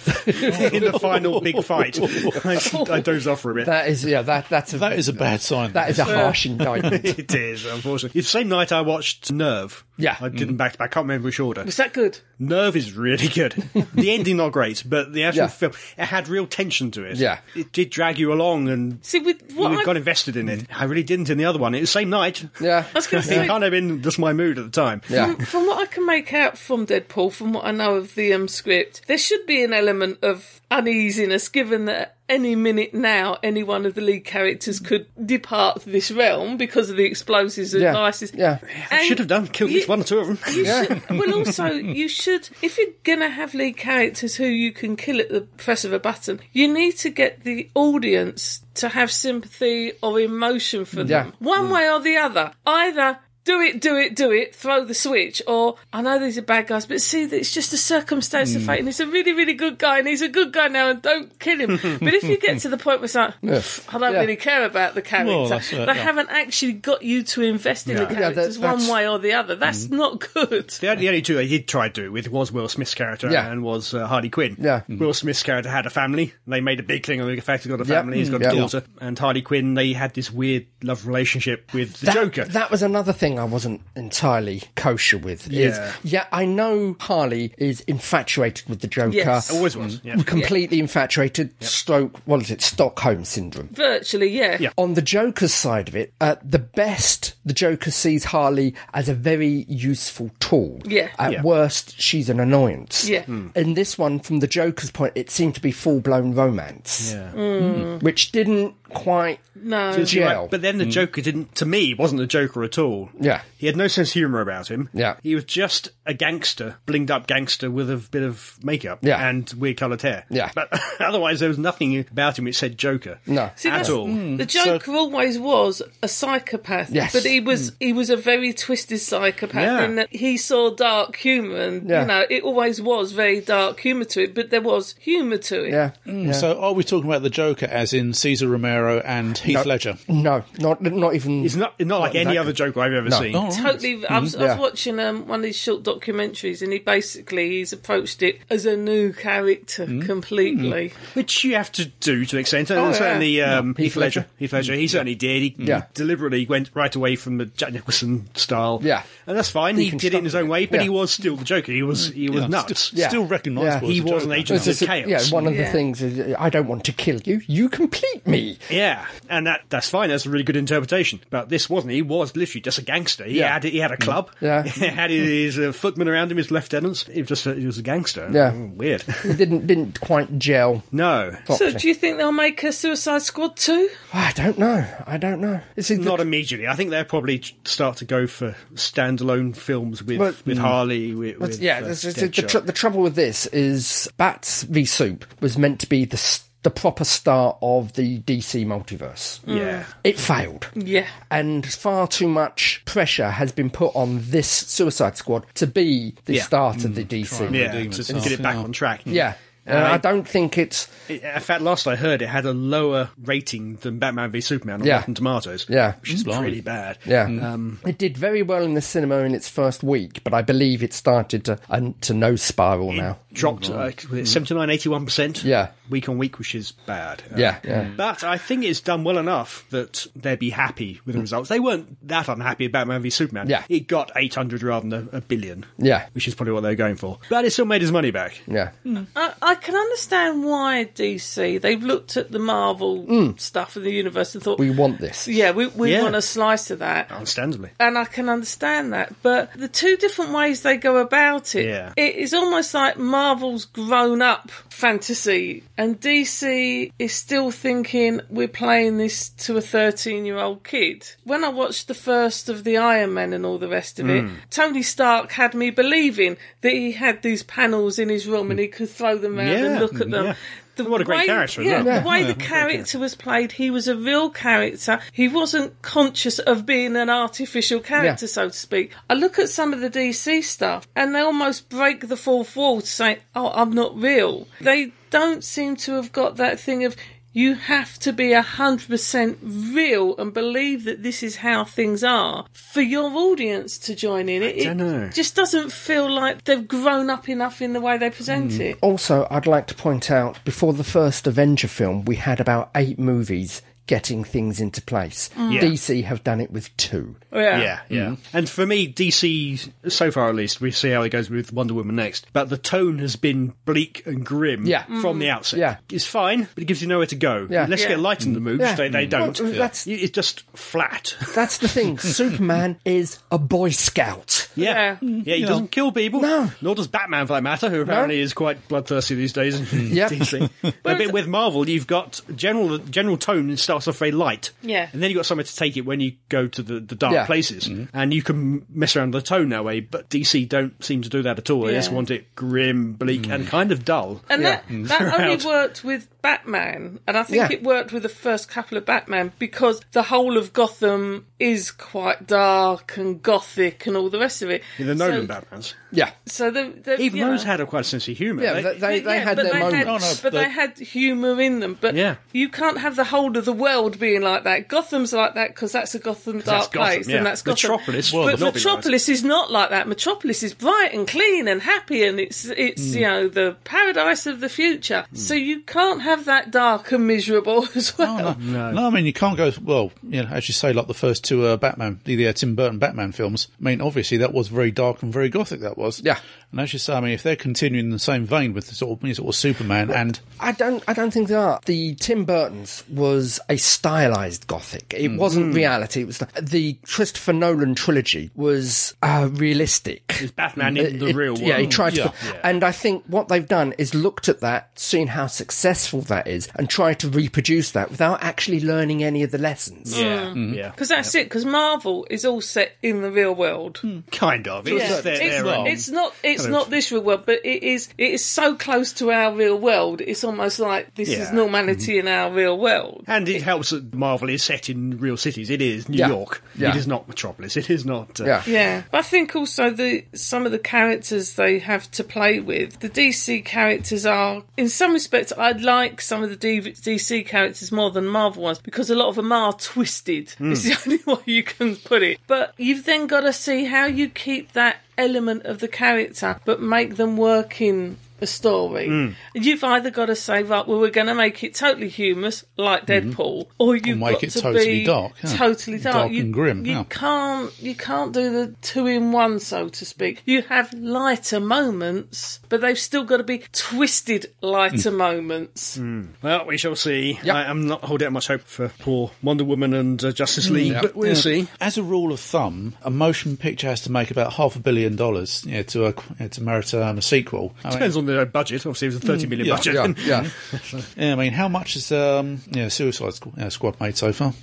[SPEAKER 3] in the final big fight. I, I dozed off for a bit.
[SPEAKER 1] that is yeah that that's a
[SPEAKER 2] That is a bad sign.
[SPEAKER 1] that is a harsh indictment.
[SPEAKER 3] it is, unfortunately. It's the same night I watched Nerve.
[SPEAKER 1] Yeah. Mm.
[SPEAKER 3] I didn't back to back. I can't remember which order.
[SPEAKER 4] Was that good?
[SPEAKER 3] Nerve is really good. the ending not great, but the actual
[SPEAKER 1] Yeah.
[SPEAKER 3] film it had real tension to it.
[SPEAKER 1] Yeah.
[SPEAKER 3] It did drag you along and
[SPEAKER 4] See, with what
[SPEAKER 3] you
[SPEAKER 4] I,
[SPEAKER 3] got invested in it. I really didn't in the other one. It was the same night.
[SPEAKER 1] Yeah,
[SPEAKER 4] I was going to
[SPEAKER 3] It
[SPEAKER 4] say,
[SPEAKER 3] can't have been just my mood at the time.
[SPEAKER 1] yeah.
[SPEAKER 4] from, from what I can make out from Deadpool, from what I know of the um, script, there should be an element of uneasiness, given that any minute now, any one of the lead characters could depart this realm because of the explosives and
[SPEAKER 1] Yeah.
[SPEAKER 4] devices.
[SPEAKER 1] Yeah.
[SPEAKER 4] And
[SPEAKER 3] Should have done. Killed at
[SPEAKER 4] you-
[SPEAKER 3] least one or two of them.
[SPEAKER 4] You should, well, also, you should, if you're going to have lead characters who you can kill at the press of a button, you need to get the audience to have sympathy or emotion for them. One
[SPEAKER 1] Mm.
[SPEAKER 4] way or the other. Either do it, do it, do it, throw the switch, or I know these are bad guys, but see, that it's just a circumstance
[SPEAKER 1] Mm.
[SPEAKER 4] of fate, and he's a really, really good guy, and he's a good guy now, and don't kill him. but if you get to the point where it's like, "Pff, I don't
[SPEAKER 1] Yeah.
[SPEAKER 4] really care about the character,
[SPEAKER 2] that's it,
[SPEAKER 4] they
[SPEAKER 2] yeah.
[SPEAKER 4] haven't actually got you to invest in the
[SPEAKER 1] Yeah, that-
[SPEAKER 4] characters one
[SPEAKER 1] that's-
[SPEAKER 4] way or the other. That's not good.
[SPEAKER 3] The only, the only two they did try to do with was Will Smith's character
[SPEAKER 1] Yeah.
[SPEAKER 3] and was uh, Harley Quinn.
[SPEAKER 1] Yeah.
[SPEAKER 4] Mm-hmm.
[SPEAKER 3] Will Smith's character had a family. They made a big thing of the fact he's got a family, he's got
[SPEAKER 1] Yeah.
[SPEAKER 3] a daughter. And Harley Quinn, they had this weird love relationship with the
[SPEAKER 1] That-
[SPEAKER 3] Joker.
[SPEAKER 1] That was another thing I wasn't entirely kosher with. Is,
[SPEAKER 3] Yeah.
[SPEAKER 1] yeah, I know Harley is infatuated with the Joker.
[SPEAKER 4] Yes.
[SPEAKER 3] Always was. Oh,
[SPEAKER 4] Mm-hmm.
[SPEAKER 3] Yeah.
[SPEAKER 1] completely infatuated, stroke, what is it, Stockholm syndrome.
[SPEAKER 4] Virtually, yeah.
[SPEAKER 3] Yeah.
[SPEAKER 1] On the Joker's side of it, at the best, the Joker sees Harley as a very useful tool.
[SPEAKER 4] Yeah.
[SPEAKER 1] At
[SPEAKER 3] Yeah. Hmm.
[SPEAKER 1] worst, she's an annoyance.
[SPEAKER 4] Yeah. Mm.
[SPEAKER 1] In this one, from the Joker's point, it seemed to be full blown romance,
[SPEAKER 4] Hmm.
[SPEAKER 1] Mm.
[SPEAKER 3] Yeah.
[SPEAKER 1] which didn't quite.
[SPEAKER 4] No.
[SPEAKER 3] But you're right,
[SPEAKER 1] jail.
[SPEAKER 3] But then
[SPEAKER 4] Mm-hmm.
[SPEAKER 3] the Joker didn't, to me, wasn't the Joker at all.
[SPEAKER 1] Yeah.
[SPEAKER 3] He had no sense of humour about him.
[SPEAKER 1] Yeah.
[SPEAKER 3] He was just a gangster, blinged up gangster with a bit of makeup
[SPEAKER 1] Yeah.
[SPEAKER 3] and weird coloured hair.
[SPEAKER 1] Yeah.
[SPEAKER 3] But otherwise, there was nothing about him which said Joker.
[SPEAKER 1] No.
[SPEAKER 4] See,
[SPEAKER 3] at
[SPEAKER 4] that's- mm.
[SPEAKER 3] all.
[SPEAKER 4] The Joker always was a psychopath,
[SPEAKER 1] Yes.
[SPEAKER 4] but he was he was a very twisted psychopath
[SPEAKER 3] Yeah.
[SPEAKER 4] in that he saw dark humour, and
[SPEAKER 1] Yeah.
[SPEAKER 4] you know it always was very dark humour to it, but there was humour to it.
[SPEAKER 1] Yeah.
[SPEAKER 4] Mm.
[SPEAKER 2] So are we talking about the Joker as in Caesar Romero and Heath Ledger?
[SPEAKER 1] No, not not even.
[SPEAKER 3] He's not, not like any other Joker I've ever seen.
[SPEAKER 4] Totally, I was, I
[SPEAKER 1] Yeah.
[SPEAKER 4] was watching um, one of these short documentaries, and he basically he's approached it as a new character completely.
[SPEAKER 3] Which you have to do to an extent. And
[SPEAKER 4] yeah.
[SPEAKER 3] certainly um, Heath
[SPEAKER 1] Oh, Heath Ledger. Mm.
[SPEAKER 3] Ledger. Heath Ledger, he certainly did. He
[SPEAKER 1] Yeah.
[SPEAKER 3] deliberately went right away from the Jack Nicholson style.
[SPEAKER 1] Yeah.
[SPEAKER 3] And that's fine. He did it in his own way, but
[SPEAKER 1] Yeah. Mm.
[SPEAKER 3] he was still the Joker. He was he was nuts.
[SPEAKER 2] Still, still recognisable.
[SPEAKER 1] Yeah.
[SPEAKER 2] as
[SPEAKER 3] He
[SPEAKER 2] a
[SPEAKER 3] was an
[SPEAKER 2] Joker.
[SPEAKER 3] agent of
[SPEAKER 1] It's a-
[SPEAKER 3] chaos.
[SPEAKER 1] Yeah, one of the
[SPEAKER 4] Yeah.
[SPEAKER 1] things is, I don't want to kill you. You complete me.
[SPEAKER 3] Yeah, and that that's fine. That's a really good interpretation. But this wasn't. He was literally just a gangster. He
[SPEAKER 1] Yeah. Mm.
[SPEAKER 3] had he had a club.
[SPEAKER 1] Yeah.
[SPEAKER 3] he had his uh, footmen around him, his lieutenants. He was just a, he was a gangster.
[SPEAKER 1] Yeah.
[SPEAKER 3] Mm, weird.
[SPEAKER 1] It didn't didn't quite gel.
[SPEAKER 3] no,
[SPEAKER 4] So, do you think they'll make a Suicide Squad too?
[SPEAKER 1] I don't know. I don't know. This is
[SPEAKER 3] not immediately. I think they'll probably t- start to go for standalone films with
[SPEAKER 1] Well,
[SPEAKER 3] with Harley. With,
[SPEAKER 1] But
[SPEAKER 3] with,
[SPEAKER 1] yeah,
[SPEAKER 3] uh,
[SPEAKER 1] this is- the,
[SPEAKER 3] Deadshot.
[SPEAKER 1] tr- the trouble with this is Bats v Soup was meant to be the s- the proper start of the DC multiverse.
[SPEAKER 3] yeah.
[SPEAKER 1] It failed.
[SPEAKER 4] Yeah.
[SPEAKER 1] And far too much pressure has been put on this Suicide Squad to be the
[SPEAKER 3] Yeah.
[SPEAKER 1] start of the DC.
[SPEAKER 3] Yeah,
[SPEAKER 2] redeem
[SPEAKER 3] to, to
[SPEAKER 2] itself,
[SPEAKER 3] get it back
[SPEAKER 2] yeah.
[SPEAKER 3] on track.
[SPEAKER 1] Yeah. And I don't think it's
[SPEAKER 3] It- in fact, last I heard, it had a lower rating than Batman v Superman on
[SPEAKER 1] Yeah.
[SPEAKER 3] Rotten Tomatoes.
[SPEAKER 1] yeah.
[SPEAKER 3] which is pretty bad.
[SPEAKER 1] Yeah, Um, it did very well in the cinema in its first week, but I believe it started to um, to no spiral now.
[SPEAKER 3] dropped uh, 79 81%
[SPEAKER 1] Mm-hmm. Yeah.
[SPEAKER 3] week on week which is bad Uh,
[SPEAKER 1] Yeah, yeah.
[SPEAKER 3] but i think it's done well enough that they'd be happy with the results they weren't that unhappy about batman v superman
[SPEAKER 1] Mm. Yeah.
[SPEAKER 3] it got 800 rather than a, a billion
[SPEAKER 1] Yeah.
[SPEAKER 3] which is probably what they were going for but it still made his money back
[SPEAKER 1] Yeah,
[SPEAKER 4] I, I can understand why DC they've looked at the Marvel stuff in the universe and thought,
[SPEAKER 1] Mm. we want this.
[SPEAKER 4] yeah, we, we
[SPEAKER 3] Yeah. Oh.
[SPEAKER 4] want a slice of that.
[SPEAKER 3] understandably
[SPEAKER 4] and I can understand that. But the two different ways they go about it,
[SPEAKER 3] Yeah.
[SPEAKER 4] it is almost like Marvel's grown up fantasy, and DC is still thinking we're playing this to a 13 year old kid. When I watched the first of the Iron Man and all the rest of
[SPEAKER 3] Hmm.
[SPEAKER 4] it, Tony Stark had me believing that he had these panels in his room and he could throw them out
[SPEAKER 3] Yeah, mm,
[SPEAKER 4] and look at them.
[SPEAKER 3] yeah.
[SPEAKER 4] The
[SPEAKER 3] What a great character as
[SPEAKER 4] yeah,
[SPEAKER 3] well.
[SPEAKER 4] The way the character was played, he was a real character. He wasn't conscious of being an artificial character,
[SPEAKER 1] Yeah.
[SPEAKER 4] so to speak. I look at some of the DC stuff and they almost break the fourth wall to say, oh, I'm not real. They don't seem to have got that thing of, you have to be 100% real and believe that this is how things are for your audience to join in. It,
[SPEAKER 3] dunno.
[SPEAKER 4] it just doesn't feel like they've grown up enough in the way they present it.
[SPEAKER 1] Also, I'd like to point out before the first Avenger film, we had about eight movies getting things into place.
[SPEAKER 4] Mm.
[SPEAKER 1] DC have done it with two.
[SPEAKER 3] Yeah, yeah.
[SPEAKER 2] Mhm.
[SPEAKER 3] And for me, DC, so far at least, we see how it goes with Wonder Woman next. But the tone has been bleak and grim
[SPEAKER 1] Yeah. Mm.
[SPEAKER 3] from the outset.
[SPEAKER 1] Yeah.
[SPEAKER 3] It's fine, but it gives you nowhere to go.
[SPEAKER 1] Yeah.
[SPEAKER 3] Unless you
[SPEAKER 4] Yeah.
[SPEAKER 3] get light in the mood,
[SPEAKER 1] Yeah. Mm.
[SPEAKER 3] which they, they
[SPEAKER 1] Well,
[SPEAKER 3] don't.
[SPEAKER 1] that's-
[SPEAKER 3] It- It's just flat.
[SPEAKER 1] That's the thing. Superman is a Boy Scout.
[SPEAKER 3] yeah.
[SPEAKER 4] Yeah.
[SPEAKER 3] Yeah, he doesn't kill people.
[SPEAKER 1] Mm. No.
[SPEAKER 3] Nor does Batman, for that matter, who apparently is quite bloodthirsty these days in
[SPEAKER 1] Yep.
[SPEAKER 3] DC. but
[SPEAKER 4] it's-
[SPEAKER 3] with Marvel, you've got general general tone starts off very light.
[SPEAKER 4] Yeah.
[SPEAKER 3] And then you've got somewhere to take it when you go to the, the dark
[SPEAKER 1] Yeah. Mm-hmm.
[SPEAKER 3] places. And you can mess around with the tone that way, but DC don't seem to do that at all. They just
[SPEAKER 4] Yeah. Uh,
[SPEAKER 3] want it grim, bleak,
[SPEAKER 1] Mm.
[SPEAKER 3] and kind of dull.
[SPEAKER 4] And that,
[SPEAKER 3] Mm.
[SPEAKER 4] that only
[SPEAKER 3] Throughout.
[SPEAKER 4] worked with Batman, and I think
[SPEAKER 1] Yeah.
[SPEAKER 4] it worked with the first couple of Batman because the whole of Gotham is quite dark and gothic and all the rest of it.
[SPEAKER 3] the
[SPEAKER 4] so,
[SPEAKER 3] Nolan Batmans.
[SPEAKER 1] Yeah.
[SPEAKER 4] So the, the,
[SPEAKER 3] Even
[SPEAKER 4] you
[SPEAKER 3] those
[SPEAKER 4] know.
[SPEAKER 3] had a quite a sense of humour.
[SPEAKER 1] Yeah,
[SPEAKER 3] They-
[SPEAKER 1] they, they, they
[SPEAKER 4] Yeah,
[SPEAKER 1] had
[SPEAKER 4] but
[SPEAKER 1] their
[SPEAKER 4] they
[SPEAKER 1] moments.
[SPEAKER 4] had-
[SPEAKER 2] No, no,
[SPEAKER 4] but
[SPEAKER 2] the-
[SPEAKER 4] they had humour in them. But
[SPEAKER 3] Yeah.
[SPEAKER 4] you can't have the whole of the world being like that. Gotham's like that because that's a Gotham dark
[SPEAKER 3] that's Gotham,
[SPEAKER 4] place,
[SPEAKER 3] yeah.
[SPEAKER 4] and that's Gotham.
[SPEAKER 3] Metropolis would
[SPEAKER 4] but
[SPEAKER 3] not be like
[SPEAKER 4] Metropolis is not like that. Metropolis is bright and clean and happy, and it's it's
[SPEAKER 3] Mm.
[SPEAKER 4] you know the paradise of the future. So you can't have that dark and miserable as well.
[SPEAKER 2] No, no. I mean you can't go. Well, you know, as you say, like the first two uh, Batman, the, uh, Tim Burton Batman films. I mean, obviously that was very dark and very gothic. That was,
[SPEAKER 1] Yeah.
[SPEAKER 2] And as you say, I mean, if they're continuing in the same vein with the sort of, you know, sort of Superman and
[SPEAKER 1] I don't. I don't think they are. The Tim Burton's was a stylized gothic. It wasn't reality. It was the Christopher Nolan trilogy was uh, realistic.
[SPEAKER 3] Batman in the
[SPEAKER 1] It-
[SPEAKER 3] real world.
[SPEAKER 1] Yeah, he tried
[SPEAKER 2] Yeah.
[SPEAKER 1] to. And I think what they've done is looked at that, seen how successful that is, and tried to reproduce that without actually learning any of the lessons.
[SPEAKER 3] Yeah. yeah.
[SPEAKER 1] Mm.
[SPEAKER 3] Mm.
[SPEAKER 4] Because that's it. Because Marvel is all set in the real world.
[SPEAKER 3] Kind of. It's,
[SPEAKER 4] Yeah.
[SPEAKER 3] just their-
[SPEAKER 4] It's-
[SPEAKER 3] their
[SPEAKER 2] not.
[SPEAKER 3] own-
[SPEAKER 4] it's not. It's not this real world, but it is. It is so close to our real world. It's almost like this
[SPEAKER 3] Yeah. Mm-hmm.
[SPEAKER 4] is normality in our real world.
[SPEAKER 3] And it helps that Marvel is set in real cities. It is New
[SPEAKER 1] Yeah.
[SPEAKER 3] York.
[SPEAKER 1] Yeah.
[SPEAKER 3] It is not Metropolis. It is not. Uh,
[SPEAKER 1] Yeah.
[SPEAKER 4] Yeah, but I think also the some of the characters they have to play with. The DC characters are, in some respects, I like some of the D- DC characters more than Marvel ones because a lot of them are twisted. It's the only way you can put it. But you've then got to see how you keep that element of the character, but make them work in a story. You've either got to save up, well, we're going to make it totally humorous, like Deadpool, or you've
[SPEAKER 2] make
[SPEAKER 4] got
[SPEAKER 2] it
[SPEAKER 4] to
[SPEAKER 2] totally
[SPEAKER 4] be
[SPEAKER 2] dark, yeah.
[SPEAKER 4] totally dark,
[SPEAKER 2] Dark
[SPEAKER 4] you,
[SPEAKER 2] and grim,
[SPEAKER 4] You
[SPEAKER 2] yeah.
[SPEAKER 4] can't, you can't do the two in one, so to speak. You have lighter moments, but they've still got to be twisted
[SPEAKER 2] Mm.
[SPEAKER 4] lighter moments.
[SPEAKER 3] Well, we shall see. I, I'm not holding out much hope for poor Wonder Woman and uh, Justice
[SPEAKER 1] Mm.
[SPEAKER 3] League, but we'll see.
[SPEAKER 2] As a rule of thumb, a motion picture has to make about half a billion dollars yeah, to a, yeah, to merit um, a sequel. I mean,
[SPEAKER 3] Depends on the uh, budget. Obviously, it was a thirty million
[SPEAKER 2] yeah,
[SPEAKER 3] budget.
[SPEAKER 1] Mm. Yeah, yeah.
[SPEAKER 2] yeah, I mean, how much has um, yeah, Suicide Squ- uh, Squad made so far?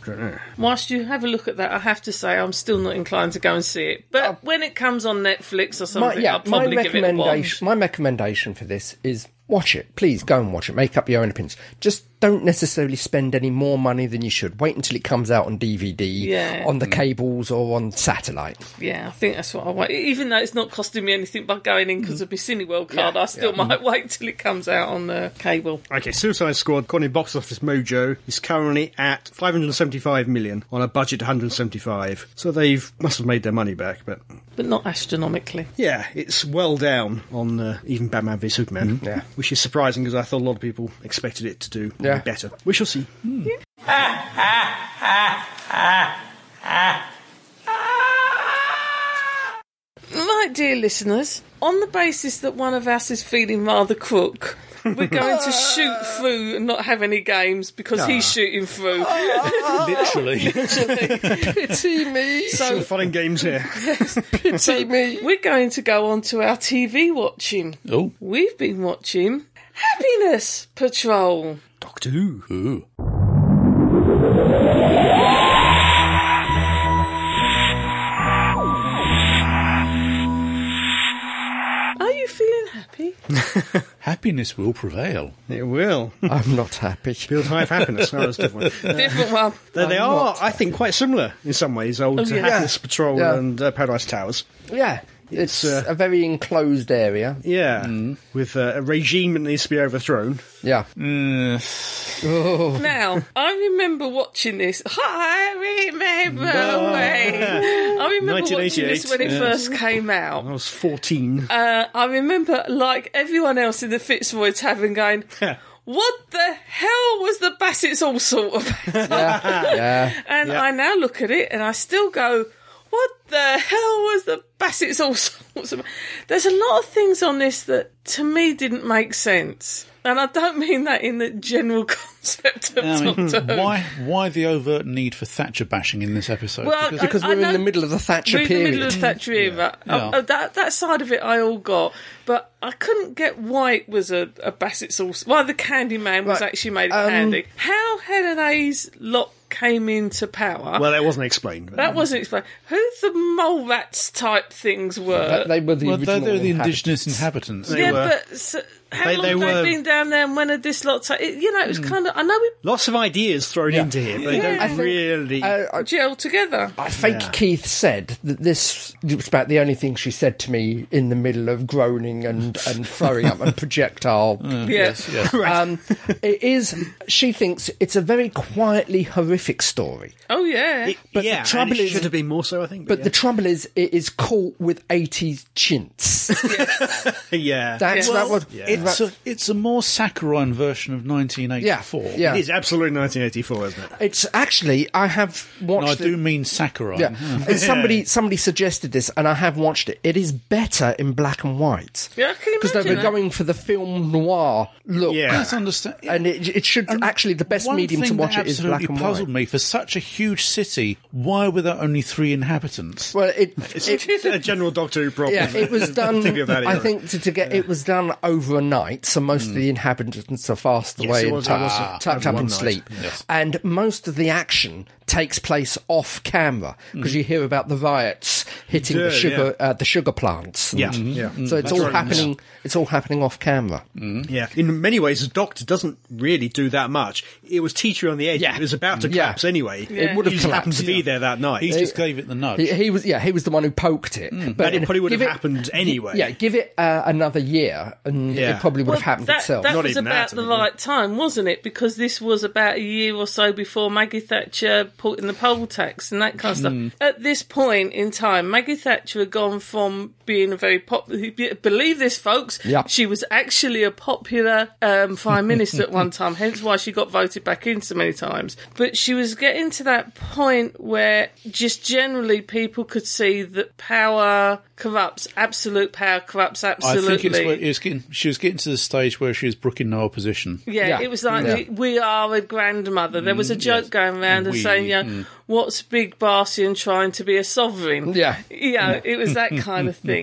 [SPEAKER 4] Whilst you have a look at that, I have to say I'm still not inclined to go and see it. But
[SPEAKER 2] Oh.
[SPEAKER 4] when it comes on Netflix or
[SPEAKER 1] My,
[SPEAKER 4] something,
[SPEAKER 1] yeah,
[SPEAKER 4] I'll
[SPEAKER 1] my
[SPEAKER 4] probably give it a watch.
[SPEAKER 1] recommendation, my recommendation for this is watch it. Please go and watch it. Make up your own opinions. Just don't necessarily spend any more money than you should. Wait until it comes out on DVD,
[SPEAKER 4] Yeah.
[SPEAKER 1] on the cables, or on satellite.
[SPEAKER 4] Yeah, I think that's what I want. Even though it's not costing me anything by going in
[SPEAKER 2] Mm.
[SPEAKER 4] because of my Cineworld card, I still might wait till it comes out on the cable.
[SPEAKER 3] Okay, Suicide Squad, according to Box Office Mojo, is currently at 575 million on a budget of 175. So they must have made their money back, but
[SPEAKER 4] But not astronomically.
[SPEAKER 3] yeah, it's well down on uh, even Batman v Superman,
[SPEAKER 1] Mm. Yeah.
[SPEAKER 3] which is surprising because I thought a lot of people expected it to do
[SPEAKER 1] Yeah.
[SPEAKER 3] better. We shall see.
[SPEAKER 4] Right, dear listeners, on the basis that one of us is feeling rather crook, we're going to shoot through and not have any games because he's shooting through.
[SPEAKER 1] Oh,
[SPEAKER 2] Literally.
[SPEAKER 1] Pity me.
[SPEAKER 3] Some fun and games here.
[SPEAKER 1] Pity me.
[SPEAKER 4] We're going to go on to our TV watching.
[SPEAKER 2] oh,
[SPEAKER 4] We've been watching Happiness Patrol.
[SPEAKER 3] Doctor Who.
[SPEAKER 2] ooh.
[SPEAKER 4] Are you feeling happy?
[SPEAKER 2] Happiness will prevail.
[SPEAKER 3] It will.
[SPEAKER 1] I'm not happy.
[SPEAKER 3] Build Hive Happiness. Oh, that's a different one.
[SPEAKER 4] Different one.
[SPEAKER 3] They, they are, I think, quite similar in some ways. Old
[SPEAKER 4] yeah.
[SPEAKER 3] Happiness Patrol
[SPEAKER 1] Oh, Yeah.
[SPEAKER 3] and uh, Paradise Towers.
[SPEAKER 1] Yeah, it's,
[SPEAKER 3] It's, uh,
[SPEAKER 1] a very enclosed area.
[SPEAKER 3] Yeah,
[SPEAKER 1] Mm.
[SPEAKER 3] with uh, a regime that needs to be overthrown.
[SPEAKER 1] Yeah.
[SPEAKER 4] Mm. Now, I remember watching this. I remember when. I remember watching this when it
[SPEAKER 3] 1988,
[SPEAKER 4] first came
[SPEAKER 3] I
[SPEAKER 4] out.
[SPEAKER 3] was 14.
[SPEAKER 4] Uh, I remember, like everyone else in the Fitzroy Tavern, going, What the hell was the Bassett's all sort of?
[SPEAKER 1] yeah.
[SPEAKER 4] And
[SPEAKER 3] Yeah.
[SPEAKER 4] I now look at it and I still go, what the hell was the Bassett's all sorts of. There's a lot of things on this that to me didn't make sense. And I don't mean that in the general concept of
[SPEAKER 2] I mean,
[SPEAKER 4] Doctor Who.
[SPEAKER 2] why, why the overt need for Thatcher bashing in this episode?
[SPEAKER 4] Well,
[SPEAKER 2] because
[SPEAKER 1] Because
[SPEAKER 4] I
[SPEAKER 1] we're in
[SPEAKER 4] know-
[SPEAKER 1] the middle of the Thatcher
[SPEAKER 4] We're in the
[SPEAKER 1] period.
[SPEAKER 4] middle of Thatcher era. Oh, oh, that that side of it I all got, but I couldn't get why it was a, a Bassett sauce. Why the Candy Man was
[SPEAKER 1] Right,
[SPEAKER 4] actually made
[SPEAKER 1] um,
[SPEAKER 4] candy? How Helen's lot came into power?
[SPEAKER 3] Well, that wasn't explained. but-
[SPEAKER 4] That wasn't explained. Who the mole rats type things were?
[SPEAKER 1] they were the
[SPEAKER 2] Uh,
[SPEAKER 1] original
[SPEAKER 2] well, they're, they're the
[SPEAKER 1] inhabitants.
[SPEAKER 2] indigenous inhabitants.
[SPEAKER 3] they
[SPEAKER 4] yeah,
[SPEAKER 3] were-
[SPEAKER 4] but so, how
[SPEAKER 3] They-
[SPEAKER 4] long
[SPEAKER 3] they
[SPEAKER 4] have they
[SPEAKER 3] were- Hmm.
[SPEAKER 4] been down there and when had this lot? ta- it, you know, it was kind of. I know we
[SPEAKER 3] Lots of ideas thrown into here, but they
[SPEAKER 4] I
[SPEAKER 3] don't
[SPEAKER 4] think-
[SPEAKER 3] really.
[SPEAKER 1] Uh,
[SPEAKER 4] gel together.
[SPEAKER 1] I think
[SPEAKER 3] Yeah.
[SPEAKER 1] Keith said that this it was about the only thing she said to me in the middle of groaning and, and throwing up a projectile.
[SPEAKER 4] Yes.
[SPEAKER 1] Um, it is, she thinks it's a very quietly horrific story.
[SPEAKER 4] Oh yeah.
[SPEAKER 1] but the
[SPEAKER 3] yeah, and
[SPEAKER 1] trouble
[SPEAKER 3] it
[SPEAKER 1] is-
[SPEAKER 3] should have been more so, I think.
[SPEAKER 1] But the trouble is, it is caught with 80s chintz.
[SPEAKER 3] yeah. yeah.
[SPEAKER 1] That's
[SPEAKER 4] Yeah.
[SPEAKER 1] that
[SPEAKER 4] Well,
[SPEAKER 1] was,
[SPEAKER 2] It's a, it's a more saccharine version of 1984.
[SPEAKER 1] yeah, yeah.
[SPEAKER 3] it is absolutely 1984, isn't it?
[SPEAKER 1] It's actually I have watched.
[SPEAKER 2] No, I
[SPEAKER 1] it-
[SPEAKER 2] do mean saccharine.
[SPEAKER 1] Yeah, And somebody somebody suggested this, and I have watched it. It is better in black and white.
[SPEAKER 4] Yeah, I can
[SPEAKER 1] because they
[SPEAKER 4] imagine
[SPEAKER 1] were
[SPEAKER 4] that.
[SPEAKER 1] going for the film noir look.
[SPEAKER 3] Yeah.
[SPEAKER 2] That's understand-
[SPEAKER 1] and it it should
[SPEAKER 2] And
[SPEAKER 1] actually the best
[SPEAKER 2] one
[SPEAKER 1] medium to
[SPEAKER 2] thing
[SPEAKER 1] watch
[SPEAKER 2] that
[SPEAKER 1] it is black
[SPEAKER 2] absolutely
[SPEAKER 1] and white.
[SPEAKER 2] puzzled me for such a huge city. Why were there only three inhabitants?
[SPEAKER 1] Well, it,
[SPEAKER 3] It's
[SPEAKER 1] it
[SPEAKER 3] a general Doctor Who problem.
[SPEAKER 1] yeah, it was done.
[SPEAKER 3] Particularly of that
[SPEAKER 1] I
[SPEAKER 3] era.
[SPEAKER 1] think to, to get it was done overnight, so most of the inhabitants are fast away and
[SPEAKER 3] Hmm. it was- it
[SPEAKER 1] tucked,
[SPEAKER 3] was
[SPEAKER 1] tucked up
[SPEAKER 3] one
[SPEAKER 1] in
[SPEAKER 3] night,
[SPEAKER 1] sleep. And most of the action takes place off camera because you hear about the riots hitting
[SPEAKER 3] Hmm. Yeah,
[SPEAKER 1] the sugar uh, the sugar plants. and- Mm-hmm.
[SPEAKER 3] Yeah, yeah. Mm-hmm.
[SPEAKER 1] So it's all
[SPEAKER 3] right.
[SPEAKER 1] happening. It's all happening off camera.
[SPEAKER 3] Yeah, in many ways, the Doctor doesn't really do that much. It was teacher on the edge.
[SPEAKER 1] Yeah.
[SPEAKER 3] It was about to
[SPEAKER 1] Yeah.
[SPEAKER 3] collapse anyway.
[SPEAKER 1] It would have
[SPEAKER 3] He just happened to
[SPEAKER 1] collapsed.
[SPEAKER 3] be there that night.
[SPEAKER 2] He just gave it the nudge.
[SPEAKER 1] He, he was yeah he was the one who poked it, but
[SPEAKER 3] and Hmm. it probably would have
[SPEAKER 1] give it-
[SPEAKER 3] happened anyway.
[SPEAKER 1] Yeah, give it uh, another year, and
[SPEAKER 3] Yeah.
[SPEAKER 1] it probably would
[SPEAKER 4] Well,
[SPEAKER 1] have happened
[SPEAKER 4] that,
[SPEAKER 1] itself.
[SPEAKER 4] That
[SPEAKER 3] Not
[SPEAKER 4] was
[SPEAKER 3] even that,
[SPEAKER 4] about
[SPEAKER 3] I
[SPEAKER 4] the
[SPEAKER 3] mean,
[SPEAKER 4] right time, wasn't it? Because this was about a year or
[SPEAKER 2] Hmm.
[SPEAKER 4] so before Maggie Thatcher put in the poll tax and that kind of stuff. At this point in time, Maggie Thatcher had gone from being a very popular. Believe this, folks.
[SPEAKER 1] Yeah.
[SPEAKER 4] She was actually a popular um, prime minister at one time, hence why she got voted back in so many times. But she was getting to that point where just generally people could see that power corrupts. Absolute power corrupts
[SPEAKER 2] I
[SPEAKER 4] absolutely.
[SPEAKER 2] think it's, where it's getting, she was getting to the stage where she was brooking no opposition.
[SPEAKER 4] Yeah,
[SPEAKER 1] Yeah.
[SPEAKER 4] it was like
[SPEAKER 1] Yeah.
[SPEAKER 4] the, we are a grandmother. There was a joke going around and
[SPEAKER 2] We,
[SPEAKER 4] saying, you know, what's Big Barsian trying to be a sovereign?
[SPEAKER 1] Yeah.
[SPEAKER 4] You know, it was that kind of thing.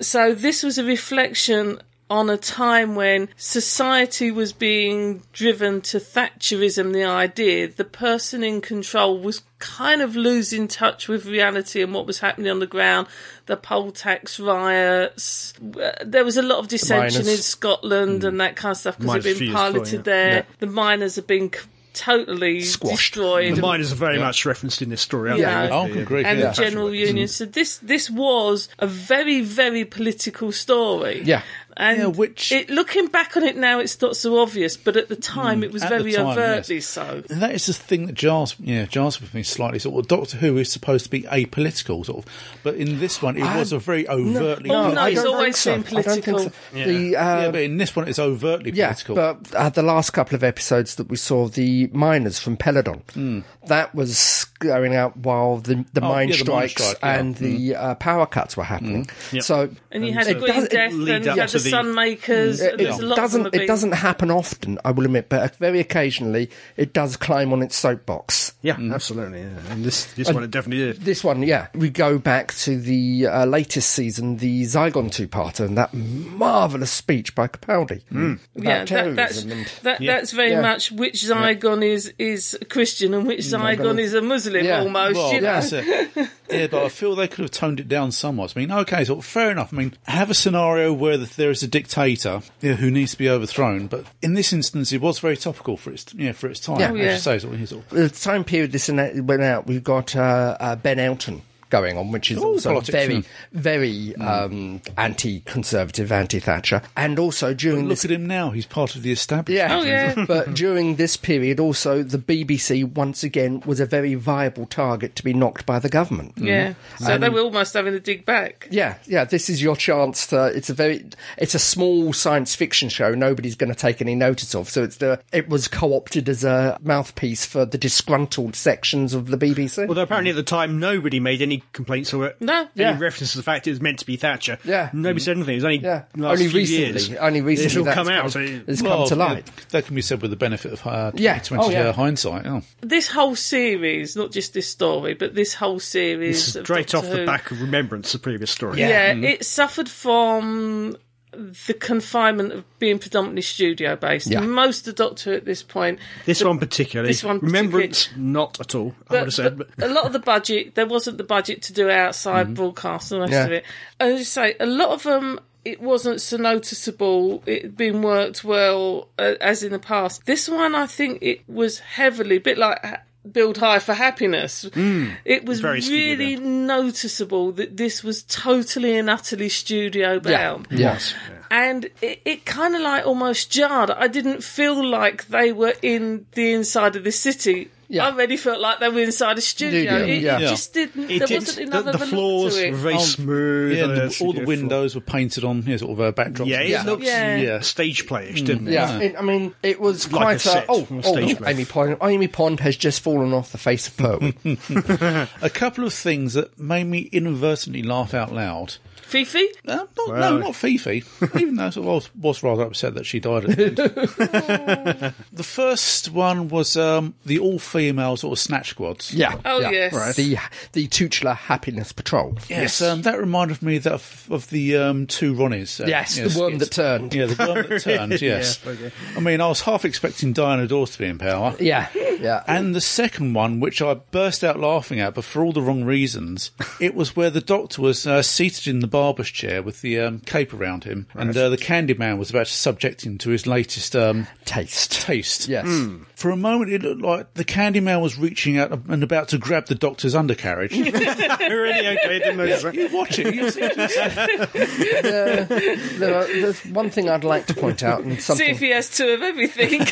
[SPEAKER 4] so this was a reflection on a time when society was being driven to Thatcherism, the idea the person in control was kind of losing touch with reality and what was happening on the ground, the poll tax riots. Uh, There was a lot of dissension
[SPEAKER 1] Miners.
[SPEAKER 4] in Scotland and that kind of stuff because
[SPEAKER 3] Mm. Miners
[SPEAKER 4] it'd
[SPEAKER 3] few
[SPEAKER 4] been
[SPEAKER 3] years before,
[SPEAKER 4] piloted
[SPEAKER 3] yeah.
[SPEAKER 4] there.
[SPEAKER 3] Yeah.
[SPEAKER 4] The miners have been c- totally
[SPEAKER 1] Squashed.
[SPEAKER 4] destroyed.
[SPEAKER 3] The miners are very much referenced in this story, aren't
[SPEAKER 4] Yeah.
[SPEAKER 3] they?
[SPEAKER 2] Oh, good grief,
[SPEAKER 4] and
[SPEAKER 2] yeah.
[SPEAKER 4] the general union. So this this was a very very political story.
[SPEAKER 1] Yeah.
[SPEAKER 4] and
[SPEAKER 2] Yeah, which-
[SPEAKER 4] it, looking back on it now, it's not so obvious, but at the time it was
[SPEAKER 2] at the
[SPEAKER 4] very
[SPEAKER 2] time,
[SPEAKER 4] overtly
[SPEAKER 2] yes.
[SPEAKER 4] so.
[SPEAKER 2] And that is the thing that jars, yeah, jars with me slightly. Sort of Doctor Who is supposed to be apolitical, sort of, but in this one it was a very overtly.
[SPEAKER 4] Oh,
[SPEAKER 2] political-
[SPEAKER 4] no,
[SPEAKER 1] I
[SPEAKER 4] it's
[SPEAKER 1] don't
[SPEAKER 4] always
[SPEAKER 1] think
[SPEAKER 4] been
[SPEAKER 1] so. I don't think so. The, uh,
[SPEAKER 2] yeah, but in this one it's overtly
[SPEAKER 1] Yeah,
[SPEAKER 2] political.
[SPEAKER 1] but uh, the last couple of episodes that we saw, the miners from Peladon,
[SPEAKER 2] Hmm.
[SPEAKER 1] that was going out while the, the
[SPEAKER 2] Oh, yeah, the
[SPEAKER 1] mine
[SPEAKER 2] mine
[SPEAKER 1] strikes
[SPEAKER 2] strike, yeah. Hmm.
[SPEAKER 1] and the uh, power cuts were happening. So
[SPEAKER 4] And you had
[SPEAKER 1] It
[SPEAKER 4] Green
[SPEAKER 1] doesn't-
[SPEAKER 4] Death, and
[SPEAKER 3] lead
[SPEAKER 4] you
[SPEAKER 3] up
[SPEAKER 4] had
[SPEAKER 3] to
[SPEAKER 4] the
[SPEAKER 3] the-
[SPEAKER 4] Sunmakers. and
[SPEAKER 1] it,
[SPEAKER 4] there's a
[SPEAKER 1] it
[SPEAKER 4] lot of them
[SPEAKER 1] doesn't
[SPEAKER 4] have
[SPEAKER 1] it
[SPEAKER 4] been-
[SPEAKER 1] doesn't happen often, I will admit, but very occasionally it does climb on its soapbox.
[SPEAKER 3] Yeah, absolutely. Yeah. And this this one it definitely did.
[SPEAKER 1] This one, yeah, we go back to the uh, latest season, the Zygon two-parter, and that marvelous speech by Capaldi
[SPEAKER 2] Hmm.
[SPEAKER 1] about
[SPEAKER 4] yeah, that,
[SPEAKER 1] terrorism
[SPEAKER 4] that's
[SPEAKER 1] and
[SPEAKER 4] that, that's very
[SPEAKER 1] Yeah.
[SPEAKER 4] much which Zygon is is a Christian and which Zygon is a Muslim
[SPEAKER 1] Yeah.
[SPEAKER 4] almost.
[SPEAKER 2] Well,
[SPEAKER 4] you know?
[SPEAKER 2] that's it. Yeah, but I feel they could have toned it down somewhat. I mean, okay, so fair enough. I mean, have a scenario where th- there is a dictator yeah, who needs to be overthrown, but in this instance, it was very topical for its yeah for its time.
[SPEAKER 1] Yeah.
[SPEAKER 2] as
[SPEAKER 4] Yeah.
[SPEAKER 2] you say, sort of, sort of-
[SPEAKER 1] the time period this ina- went out, we've got uh, uh, Ben Elton going on, which is
[SPEAKER 2] Ooh,
[SPEAKER 1] also
[SPEAKER 2] politics,
[SPEAKER 1] very,
[SPEAKER 2] yeah.
[SPEAKER 1] very um, anti-conservative, anti-Thatcher, and also during
[SPEAKER 2] Look
[SPEAKER 1] this.
[SPEAKER 2] at him now; he's part of the establishment.
[SPEAKER 1] Yeah.
[SPEAKER 4] Oh, yeah.
[SPEAKER 1] but during this period, also the BBC once again was a very viable target to be knocked by the government.
[SPEAKER 4] Yeah, so they were almost having a dig back.
[SPEAKER 1] Yeah, yeah. This is your chance to. It's a very, it's a small science fiction show. Nobody's going to take any notice of. So it's the. It was co-opted as a mouthpiece for the disgruntled sections of the BBC.
[SPEAKER 3] Although apparently at the time nobody made any complaints or
[SPEAKER 4] No.
[SPEAKER 3] any
[SPEAKER 1] Yeah.
[SPEAKER 3] reference to the fact it was meant to be Thatcher.
[SPEAKER 1] Yeah.
[SPEAKER 3] nobody said anything. It was only
[SPEAKER 1] Yeah,
[SPEAKER 3] last
[SPEAKER 1] only
[SPEAKER 3] few
[SPEAKER 1] recently.
[SPEAKER 3] years.
[SPEAKER 1] Only recently
[SPEAKER 3] it's all
[SPEAKER 1] that's
[SPEAKER 3] come out.
[SPEAKER 1] come-
[SPEAKER 3] So
[SPEAKER 1] it's
[SPEAKER 2] Well,
[SPEAKER 1] come to
[SPEAKER 2] yeah,
[SPEAKER 1] light.
[SPEAKER 2] that can be said with the benefit of uh,
[SPEAKER 1] Yeah.
[SPEAKER 2] 20
[SPEAKER 1] Oh, yeah.
[SPEAKER 2] year hindsight. Oh.
[SPEAKER 4] This whole series, not just this story, but this whole series.
[SPEAKER 3] it's
[SPEAKER 4] of
[SPEAKER 3] straight
[SPEAKER 4] Doctor
[SPEAKER 3] off the
[SPEAKER 4] Who-
[SPEAKER 3] back of Remembrance, the previous story.
[SPEAKER 4] Yeah,
[SPEAKER 1] mm-hmm.
[SPEAKER 4] it suffered from the confinement of being predominantly studio based.
[SPEAKER 1] Yeah.
[SPEAKER 4] Most of Doctor Who at this point.
[SPEAKER 3] This one particularly.
[SPEAKER 4] This one
[SPEAKER 3] Remembrance, not at all. I would have said. But,
[SPEAKER 4] a lot of the budget, there wasn't the budget to do outside broadcast and the rest
[SPEAKER 1] Mm-hmm. Yeah.
[SPEAKER 4] of it. And as you say, a lot of them, it wasn't so noticeable. It had been worked well uh, as in the past. This one, I think it was heavily, a bit like Ha- Build High for Happiness.
[SPEAKER 1] Mm.
[SPEAKER 4] It was
[SPEAKER 3] Very studio
[SPEAKER 4] really noticeable that this was totally and utterly studio bound
[SPEAKER 1] Yes.
[SPEAKER 4] and it, it kind of like almost jarred. I didn't feel like they were in the inside of the city.
[SPEAKER 1] Yeah.
[SPEAKER 4] I really felt like they were inside a studio.
[SPEAKER 1] Studio,
[SPEAKER 4] It,
[SPEAKER 1] yeah.
[SPEAKER 4] it just didn't.
[SPEAKER 3] It
[SPEAKER 4] there
[SPEAKER 3] did-
[SPEAKER 4] wasn't
[SPEAKER 3] the,
[SPEAKER 4] enough
[SPEAKER 3] the
[SPEAKER 4] of a
[SPEAKER 3] floors
[SPEAKER 4] look to it.
[SPEAKER 3] were very
[SPEAKER 1] Oh,
[SPEAKER 3] smooth.
[SPEAKER 2] Yeah,
[SPEAKER 3] uh,
[SPEAKER 2] and the- all
[SPEAKER 3] studio
[SPEAKER 2] the
[SPEAKER 3] floor.
[SPEAKER 2] windows were painted on yeah, sort of uh, backdrops.
[SPEAKER 3] Yeah, it
[SPEAKER 1] Yeah. Hmm.
[SPEAKER 3] looks uh,
[SPEAKER 4] Yeah.
[SPEAKER 2] Yeah.
[SPEAKER 3] stage playish, didn't it?
[SPEAKER 1] Yeah, it, I mean, it was
[SPEAKER 3] Like a
[SPEAKER 1] quite
[SPEAKER 3] set
[SPEAKER 1] a. Oh,
[SPEAKER 3] from a
[SPEAKER 1] oh,
[SPEAKER 3] stage play.
[SPEAKER 1] Amy Pond. Amy Pond has just fallen off the face of Pertwee.
[SPEAKER 2] A couple of things that made me inadvertently laugh out loud.
[SPEAKER 4] Fifi,
[SPEAKER 2] Uh, not, no, not Fifi. Even though sort of I was, was rather upset that she died. At the, end. the first one was um, the all-female sort of snatch squads.
[SPEAKER 1] yeah.
[SPEAKER 4] Oh,
[SPEAKER 1] yeah.
[SPEAKER 4] yes. Right.
[SPEAKER 1] The the Tuchler Happiness Patrol.
[SPEAKER 2] Yes, um, that reminded me that of, of the um, two Ronnies. Uh,
[SPEAKER 1] Yes, the worm that turned.
[SPEAKER 2] Yeah, the worm that turned. Yes, I mean, I was half expecting Diana Dawes to be in power.
[SPEAKER 1] Yeah. Yeah.
[SPEAKER 2] And the second one, which I burst out laughing at, but for all the wrong reasons, it was where the doctor was uh, seated in the barber's chair with the um, cape around him, and uh, the candy man was about to subject him to his latest um,
[SPEAKER 1] Taste.
[SPEAKER 2] taste. Mm.
[SPEAKER 1] Yes.
[SPEAKER 2] For a moment, it looked like the candy man was reaching out and about to grab the doctor's undercarriage.
[SPEAKER 3] really okay, didn't notice that.
[SPEAKER 2] you watch it. You'll see it
[SPEAKER 1] There are- there's one thing I'd like to point out, and
[SPEAKER 4] See if
[SPEAKER 1] something
[SPEAKER 4] he has two of everything.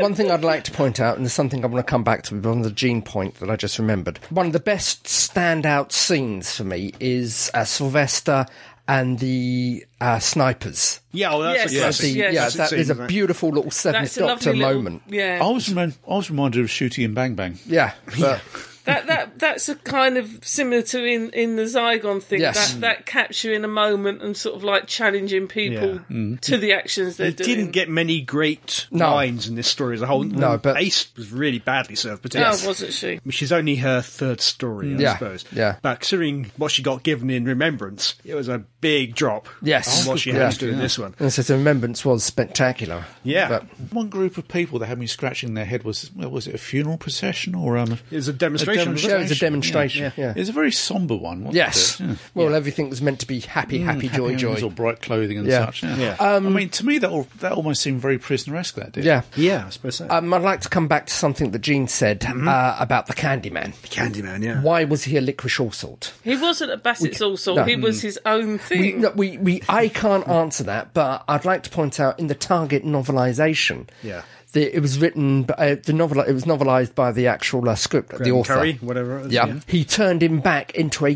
[SPEAKER 1] one thing I'd like to point out, and there's something I want to come back to on the Gene point that I just remembered. One of the best standout scenes for me is uh, Sylvester and the uh, snipers.
[SPEAKER 3] Yeah, well, that's
[SPEAKER 4] Yes.
[SPEAKER 3] a classic.
[SPEAKER 1] The-
[SPEAKER 4] Yes.
[SPEAKER 1] yeah,
[SPEAKER 4] That's
[SPEAKER 1] that is a beautiful little seventh
[SPEAKER 4] That's a lovely
[SPEAKER 1] Doctor
[SPEAKER 4] little,
[SPEAKER 1] moment.
[SPEAKER 2] I
[SPEAKER 3] Oh.
[SPEAKER 4] Yeah,
[SPEAKER 2] was, remem- I was reminded of Shooty and Bang Bang.
[SPEAKER 1] Yeah, but
[SPEAKER 4] that that that's a kind of similar to in in the Zygon thing.
[SPEAKER 1] Yes.
[SPEAKER 4] That that capturing a moment and sort of like challenging people to the actions they're
[SPEAKER 3] It
[SPEAKER 4] doing.
[SPEAKER 3] Mm-hmm. didn't get many great
[SPEAKER 1] No.
[SPEAKER 3] lines in this story as a whole.
[SPEAKER 1] No, but-
[SPEAKER 3] Ace was really badly served,
[SPEAKER 4] no,
[SPEAKER 3] particularly.
[SPEAKER 4] wasn't she?
[SPEAKER 3] which is only her third story, I
[SPEAKER 1] Yeah,
[SPEAKER 3] suppose.
[SPEAKER 1] yeah.
[SPEAKER 3] But considering what she got given in Remembrance, it was a big drop.
[SPEAKER 1] Yes.
[SPEAKER 3] On what she
[SPEAKER 1] Yeah.
[SPEAKER 3] has to do in this one.
[SPEAKER 1] and so the remembrance was spectacular.
[SPEAKER 3] Yeah.
[SPEAKER 1] But-
[SPEAKER 2] One group of people that had me scratching their head was what was it a funeral procession or um,
[SPEAKER 3] It was a
[SPEAKER 2] A
[SPEAKER 3] demonstration.
[SPEAKER 1] yeah, it was a
[SPEAKER 2] Demonstration,
[SPEAKER 1] demonstration. Yeah.
[SPEAKER 2] It's a very somber one. Wasn't
[SPEAKER 1] Yes.
[SPEAKER 2] It? Yeah.
[SPEAKER 1] Well, everything was meant to be happy, happy,
[SPEAKER 2] Happy
[SPEAKER 1] joy,
[SPEAKER 2] homes
[SPEAKER 1] joy.
[SPEAKER 2] or bright clothing and
[SPEAKER 1] Yeah. Um,
[SPEAKER 2] such. Yeah. I mean, to me, that all, that almost seemed very prisoner-esque. That did.
[SPEAKER 1] Yeah.
[SPEAKER 3] Yeah, I suppose so.
[SPEAKER 1] Um, I'd like to come back to something that Gene said uh, about the Candyman.
[SPEAKER 3] Candyman, yeah.
[SPEAKER 1] Why was he a licorice all sort?
[SPEAKER 4] He wasn't a Bassett's all sort.
[SPEAKER 1] no.
[SPEAKER 4] He was his own
[SPEAKER 1] We,
[SPEAKER 4] thing.
[SPEAKER 1] no, we, we, I can't answer that, but I'd like to point out in the Target novelization.
[SPEAKER 3] Yeah.
[SPEAKER 1] The, it was written, b- uh, the novel. It was novelized by the actual uh, script, the author.
[SPEAKER 3] Curry, whatever it was.
[SPEAKER 1] Yeah. he turned him back into a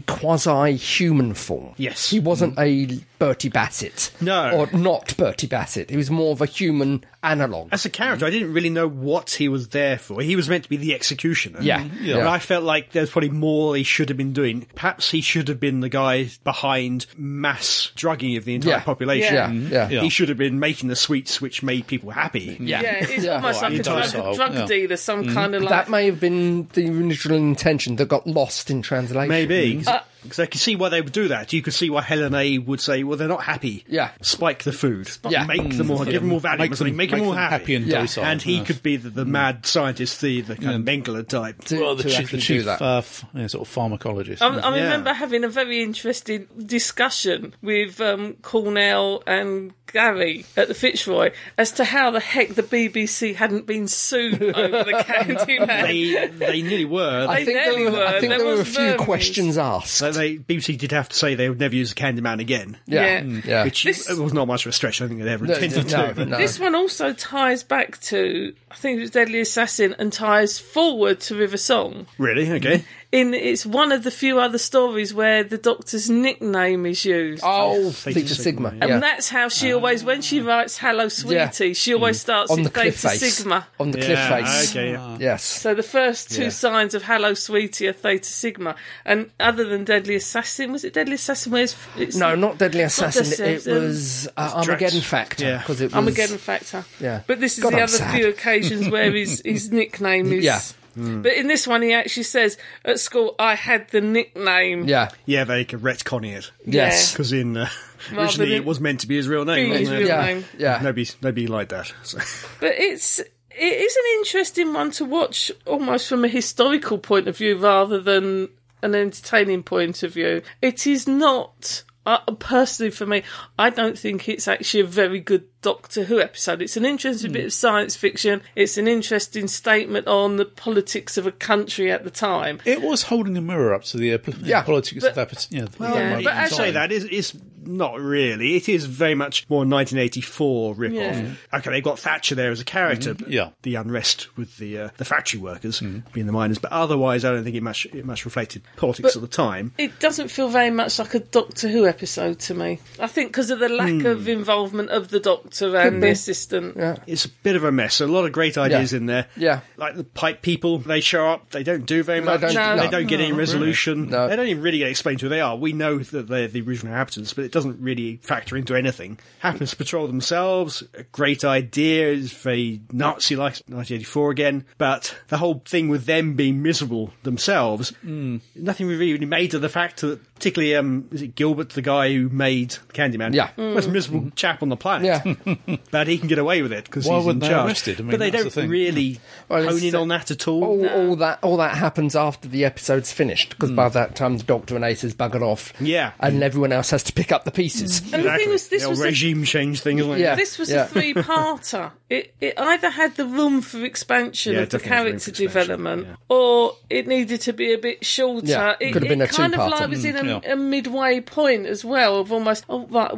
[SPEAKER 1] quasi-human form.
[SPEAKER 3] Yes. Mm.
[SPEAKER 1] he wasn't a Bertie Bassett.
[SPEAKER 3] No.
[SPEAKER 1] or not Bertie Bassett. He was more of a human analog.
[SPEAKER 3] As a character, I didn't really know what he was there for. He was meant to be the executioner.
[SPEAKER 1] Yeah. Yeah.
[SPEAKER 3] And I felt like there's probably more he should have been doing. Perhaps he should have been the guy behind mass drugging of the entire
[SPEAKER 1] Yeah.
[SPEAKER 3] population. Mm-hmm.
[SPEAKER 1] Yeah. Yeah. Yeah.
[SPEAKER 3] He should have been making the sweets which made people happy.
[SPEAKER 1] Yeah,
[SPEAKER 4] Yeah, he's almost like a
[SPEAKER 2] does so,
[SPEAKER 4] drug, drug
[SPEAKER 2] yeah.
[SPEAKER 4] dealer, some kind of like
[SPEAKER 1] That may have been the original intention that got lost in translation.
[SPEAKER 3] Maybe.
[SPEAKER 1] Uh.
[SPEAKER 3] Because I can see why they would do that. You could see why Helen A would say, well, they're not happy.
[SPEAKER 1] Yeah.
[SPEAKER 3] Spike the food.
[SPEAKER 1] Yeah. Mm.
[SPEAKER 3] Make them more, give them more value.
[SPEAKER 2] Make
[SPEAKER 3] or
[SPEAKER 2] them,
[SPEAKER 3] something. make them more happy.
[SPEAKER 2] and
[SPEAKER 1] Yeah.
[SPEAKER 2] docile.
[SPEAKER 3] and he could be the, the mad scientist, the, the kind of Mengele type.
[SPEAKER 1] To,
[SPEAKER 2] well, the
[SPEAKER 1] to
[SPEAKER 2] chief, the
[SPEAKER 1] actually
[SPEAKER 2] chief
[SPEAKER 1] do that. Um,
[SPEAKER 2] uh, f- yeah, sort of pharmacologist.
[SPEAKER 4] I, I
[SPEAKER 3] Yeah.
[SPEAKER 4] remember having a very interesting discussion with um, Cornell and Gary at the Fitzroy as to how the heck the BBC hadn't been sued over the Candyman.
[SPEAKER 3] They, they nearly were.
[SPEAKER 1] I
[SPEAKER 4] they
[SPEAKER 1] think there
[SPEAKER 4] nearly
[SPEAKER 1] were, I
[SPEAKER 4] were.
[SPEAKER 1] think
[SPEAKER 4] There
[SPEAKER 1] there were a
[SPEAKER 4] was
[SPEAKER 1] few
[SPEAKER 4] murmurs.
[SPEAKER 1] questions asked.
[SPEAKER 3] They, they, BBC did have to say they would never use the Candyman again.
[SPEAKER 1] yeah,
[SPEAKER 4] Yeah.
[SPEAKER 1] Mm, yeah.
[SPEAKER 3] Hmm. Which
[SPEAKER 4] This-
[SPEAKER 3] was not much of a stretch. I think they ever
[SPEAKER 1] No,
[SPEAKER 3] intended
[SPEAKER 1] no,
[SPEAKER 3] to.
[SPEAKER 1] no.
[SPEAKER 4] This one also ties back to, I think it was Deadly Assassin, and ties forward to River Song.
[SPEAKER 3] Really? Okay.
[SPEAKER 4] In it's one of the few other stories where the Doctor's nickname is used.
[SPEAKER 1] oh,
[SPEAKER 3] Theta
[SPEAKER 1] Theta
[SPEAKER 3] Sigma,
[SPEAKER 1] Sigma.
[SPEAKER 4] And
[SPEAKER 1] yeah.
[SPEAKER 4] that's how she always, when she writes "Hello, Sweetie," she always starts
[SPEAKER 1] Mm. On the
[SPEAKER 4] with
[SPEAKER 1] cliff
[SPEAKER 4] Theta
[SPEAKER 1] face.
[SPEAKER 4] Sigma.
[SPEAKER 1] On the cliff
[SPEAKER 3] Yeah,
[SPEAKER 1] face. Ah.
[SPEAKER 3] okay, yeah.
[SPEAKER 1] Yes.
[SPEAKER 4] So the first two signs of "Hello, Sweetie" are Theta Sigma, and other than Deadly Assassin, was it Deadly Assassin? Where it's, it's
[SPEAKER 1] No, not Deadly
[SPEAKER 4] Not
[SPEAKER 1] Assassin. it
[SPEAKER 4] Deception.
[SPEAKER 1] was uh, Armageddon Factor.
[SPEAKER 3] Yeah.
[SPEAKER 1] Because it was
[SPEAKER 4] Armageddon Factor.
[SPEAKER 1] Yeah.
[SPEAKER 4] but this is
[SPEAKER 1] God,
[SPEAKER 4] the
[SPEAKER 1] I'm
[SPEAKER 4] other
[SPEAKER 1] sad.
[SPEAKER 4] few occasions where his his nickname is.
[SPEAKER 1] Yeah.
[SPEAKER 4] But in this one, he actually says, "At school, I had the nickname."
[SPEAKER 1] Yeah.
[SPEAKER 3] Yeah, they could retcon it.
[SPEAKER 1] Yes.
[SPEAKER 3] Because in uh,
[SPEAKER 4] Rather
[SPEAKER 3] originally
[SPEAKER 4] than-
[SPEAKER 3] it was meant to be his real
[SPEAKER 4] Being
[SPEAKER 3] name.
[SPEAKER 4] his
[SPEAKER 3] wasn't it?
[SPEAKER 4] real
[SPEAKER 1] Yeah.
[SPEAKER 4] name.
[SPEAKER 1] Yeah.
[SPEAKER 3] Nobody, nobody liked that. So.
[SPEAKER 4] But it's it is an interesting one to watch, almost from a historical point of view rather than an entertaining point of view. It is not. Uh, personally, for me, I don't think it's actually a very good Doctor Who episode. It's an interesting bit of science fiction. It's an interesting statement on the politics of a country at the time.
[SPEAKER 2] it was holding a mirror up to the uh, p-
[SPEAKER 1] Yeah.
[SPEAKER 2] politics of that. parti- Yeah, well,
[SPEAKER 4] yeah, but
[SPEAKER 3] I
[SPEAKER 4] actually-
[SPEAKER 3] say that is it's not really. It is very much more 1984 rip off.
[SPEAKER 4] Yeah.
[SPEAKER 3] Mm. Okay, they've got Thatcher there as a character. but
[SPEAKER 2] yeah.
[SPEAKER 3] the unrest with the uh, the factory workers being the miners, but otherwise, I don't think it much it much reflected politics
[SPEAKER 4] But-
[SPEAKER 3] at the time.
[SPEAKER 4] It doesn't feel very much like a Doctor Who episode to me. I think because of the lack of involvement of the Doctor and the assistant.
[SPEAKER 1] Yeah.
[SPEAKER 3] It's a bit of a mess. A lot of great ideas in there.
[SPEAKER 1] Yeah.
[SPEAKER 3] like the pipe people. They show up. They don't do very
[SPEAKER 1] No,
[SPEAKER 3] much.
[SPEAKER 1] they don't- No.
[SPEAKER 3] They don't get any resolution.
[SPEAKER 1] No.
[SPEAKER 3] They don't even really get explained who they are. We know that they're the original inhabitants, but it doesn't really factor into anything. Happens to patrol themselves. A great idea. It's very Nazi like 1984 again. But
[SPEAKER 1] Hmm.
[SPEAKER 3] the whole thing with them being miserable themselves, nothing really made of the fact that particularly um, is it Gilbert, the guy who made Candyman?
[SPEAKER 1] Yeah. Mm-hmm.
[SPEAKER 3] most miserable chap on the planet. Yeah, but he can get away with it because
[SPEAKER 2] Why
[SPEAKER 3] he's in
[SPEAKER 2] weren't they
[SPEAKER 3] charge.
[SPEAKER 2] arrested? I mean,
[SPEAKER 3] but they
[SPEAKER 2] that's
[SPEAKER 3] don't
[SPEAKER 2] the thing.
[SPEAKER 3] really
[SPEAKER 1] Well,
[SPEAKER 3] hone
[SPEAKER 1] it's-
[SPEAKER 3] in on that at all.
[SPEAKER 1] All,
[SPEAKER 4] Oh,
[SPEAKER 1] all that all that happens after the episode's finished because by that time the Doctor and Ace has buggered off.
[SPEAKER 3] Hmm. Yeah.
[SPEAKER 1] and everyone else has to pick up the pieces.
[SPEAKER 4] And the thing was, this
[SPEAKER 3] The old
[SPEAKER 4] was a
[SPEAKER 3] regime change thing, isn't it?
[SPEAKER 1] Yeah.
[SPEAKER 4] This was
[SPEAKER 1] Yeah.
[SPEAKER 4] a three-parter. It, it either had the room for expansion
[SPEAKER 3] Yeah,
[SPEAKER 4] of the
[SPEAKER 3] definitely room for
[SPEAKER 4] character
[SPEAKER 3] expansion,
[SPEAKER 4] development,
[SPEAKER 3] yeah.
[SPEAKER 4] or it needed to be a bit shorter.
[SPEAKER 1] Yeah,
[SPEAKER 4] it
[SPEAKER 1] could have been
[SPEAKER 4] it
[SPEAKER 1] a
[SPEAKER 4] kind of
[SPEAKER 1] two-parter.
[SPEAKER 4] like was in a,
[SPEAKER 3] Mm,
[SPEAKER 2] yeah.
[SPEAKER 4] a midway point as well of almost. Oh, right,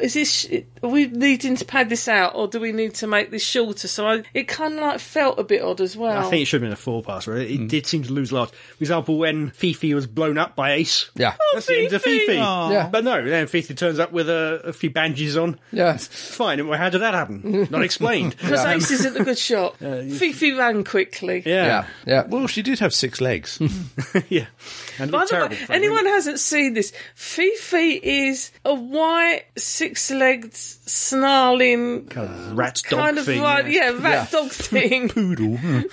[SPEAKER 4] is this? Are we needing to pad this out, or do we need to make this shorter? So I, it kind of like felt a bit odd as well.
[SPEAKER 3] I think it should have been a four passer. It, it
[SPEAKER 4] Mm.
[SPEAKER 3] did seem to lose a lot. For example, when Fifi was blown up by Ace.
[SPEAKER 1] Yeah.
[SPEAKER 3] That's the end of
[SPEAKER 4] Fifi!
[SPEAKER 3] Fifi.
[SPEAKER 1] Yeah.
[SPEAKER 3] But no, then Fifi turns up with a, a few bandages on.
[SPEAKER 1] Yeah.
[SPEAKER 3] It's Fine. Well, how did that happen? Not explained.
[SPEAKER 4] because
[SPEAKER 3] Um,
[SPEAKER 4] Ace isn't a good shot. Fifi ran quickly.
[SPEAKER 1] yeah,
[SPEAKER 3] yeah.
[SPEAKER 1] yeah.
[SPEAKER 2] Well, she did have six legs.
[SPEAKER 3] Yeah. And it
[SPEAKER 4] By
[SPEAKER 3] looked
[SPEAKER 4] the
[SPEAKER 3] terrible.
[SPEAKER 4] way, anyone hasn't seen this, Fifi is a white, six-legged, snarling
[SPEAKER 3] Rat's dog
[SPEAKER 4] kind of
[SPEAKER 3] thing.
[SPEAKER 4] like
[SPEAKER 3] yeah.
[SPEAKER 4] yeah, rat dog thing.
[SPEAKER 2] Poodle.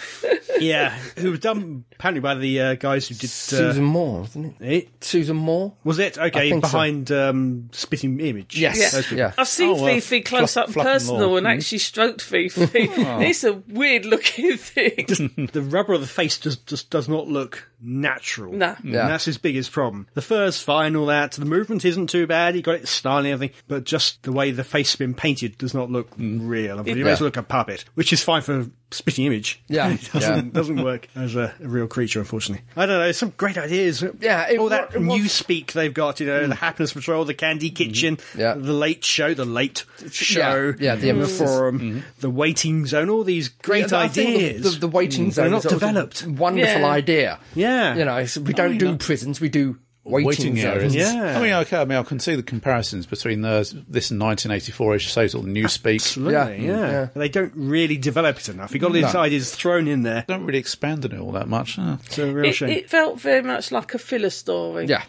[SPEAKER 3] Yeah, Who was done apparently by the uh, guys who did. Uh,
[SPEAKER 1] Susan Moore, wasn't it?
[SPEAKER 3] it.
[SPEAKER 1] Susan Moore.
[SPEAKER 3] Was it? Okay,
[SPEAKER 1] think so.
[SPEAKER 3] behind um, Spitting Image.
[SPEAKER 1] Yes.
[SPEAKER 3] Those people.
[SPEAKER 1] Yeah.
[SPEAKER 4] I've seen
[SPEAKER 2] Oh, well,
[SPEAKER 4] Fifi close
[SPEAKER 2] fluff-
[SPEAKER 4] up
[SPEAKER 2] fluff and
[SPEAKER 4] personal
[SPEAKER 2] more.
[SPEAKER 4] and actually stroked Fifi. it's a weird looking thing.
[SPEAKER 3] the rubber of the face just, just does not look natural.
[SPEAKER 4] No.
[SPEAKER 3] And
[SPEAKER 1] Yeah.
[SPEAKER 3] that's his biggest problem. The fur's fine, all that. The movement isn't too bad. He got it styling and everything, but just the way the face has been painted does not look
[SPEAKER 1] Mm.
[SPEAKER 3] real. It makes it look a puppet, which is fine for spitting image.
[SPEAKER 1] Yeah.
[SPEAKER 3] it doesn't, doesn't work as a, a real creature, unfortunately. I don't know. Some great ideas.
[SPEAKER 1] Yeah, it
[SPEAKER 3] all
[SPEAKER 1] wa-
[SPEAKER 3] that
[SPEAKER 1] it was- Mm. Mm-hmm.
[SPEAKER 3] new speak they've got. You know, the Happiness Patrol, the Candy Kitchen,
[SPEAKER 1] Yeah.
[SPEAKER 3] the Late Show, the Late Show,
[SPEAKER 1] yeah, the
[SPEAKER 3] the
[SPEAKER 1] emphasis.
[SPEAKER 3] Forum, the Waiting Zone. All these great
[SPEAKER 1] I think
[SPEAKER 3] ideas. Mm.
[SPEAKER 1] The, the, the waiting zone.
[SPEAKER 3] They're
[SPEAKER 1] is
[SPEAKER 3] not
[SPEAKER 1] a
[SPEAKER 3] developed.
[SPEAKER 1] Wonderful
[SPEAKER 4] Yeah.
[SPEAKER 1] idea.
[SPEAKER 3] Yeah.
[SPEAKER 1] You know, it's- we don't do prisons. We do waiting,
[SPEAKER 2] waiting
[SPEAKER 1] zones.
[SPEAKER 2] areas.
[SPEAKER 3] Yeah.
[SPEAKER 2] I mean, okay, I mean, I can see the comparisons between those, this and 1984, as you say, sort of newspeak.
[SPEAKER 3] Absolutely,
[SPEAKER 1] Yeah. Mm.
[SPEAKER 3] yeah.
[SPEAKER 1] Yeah.
[SPEAKER 3] They don't really develop it enough. You got all these ideas thrown in there.
[SPEAKER 2] Don't really expand on it all that much. huh?
[SPEAKER 3] It's a real
[SPEAKER 4] It,
[SPEAKER 3] shame.
[SPEAKER 4] it felt very much like a filler story.
[SPEAKER 1] Yeah.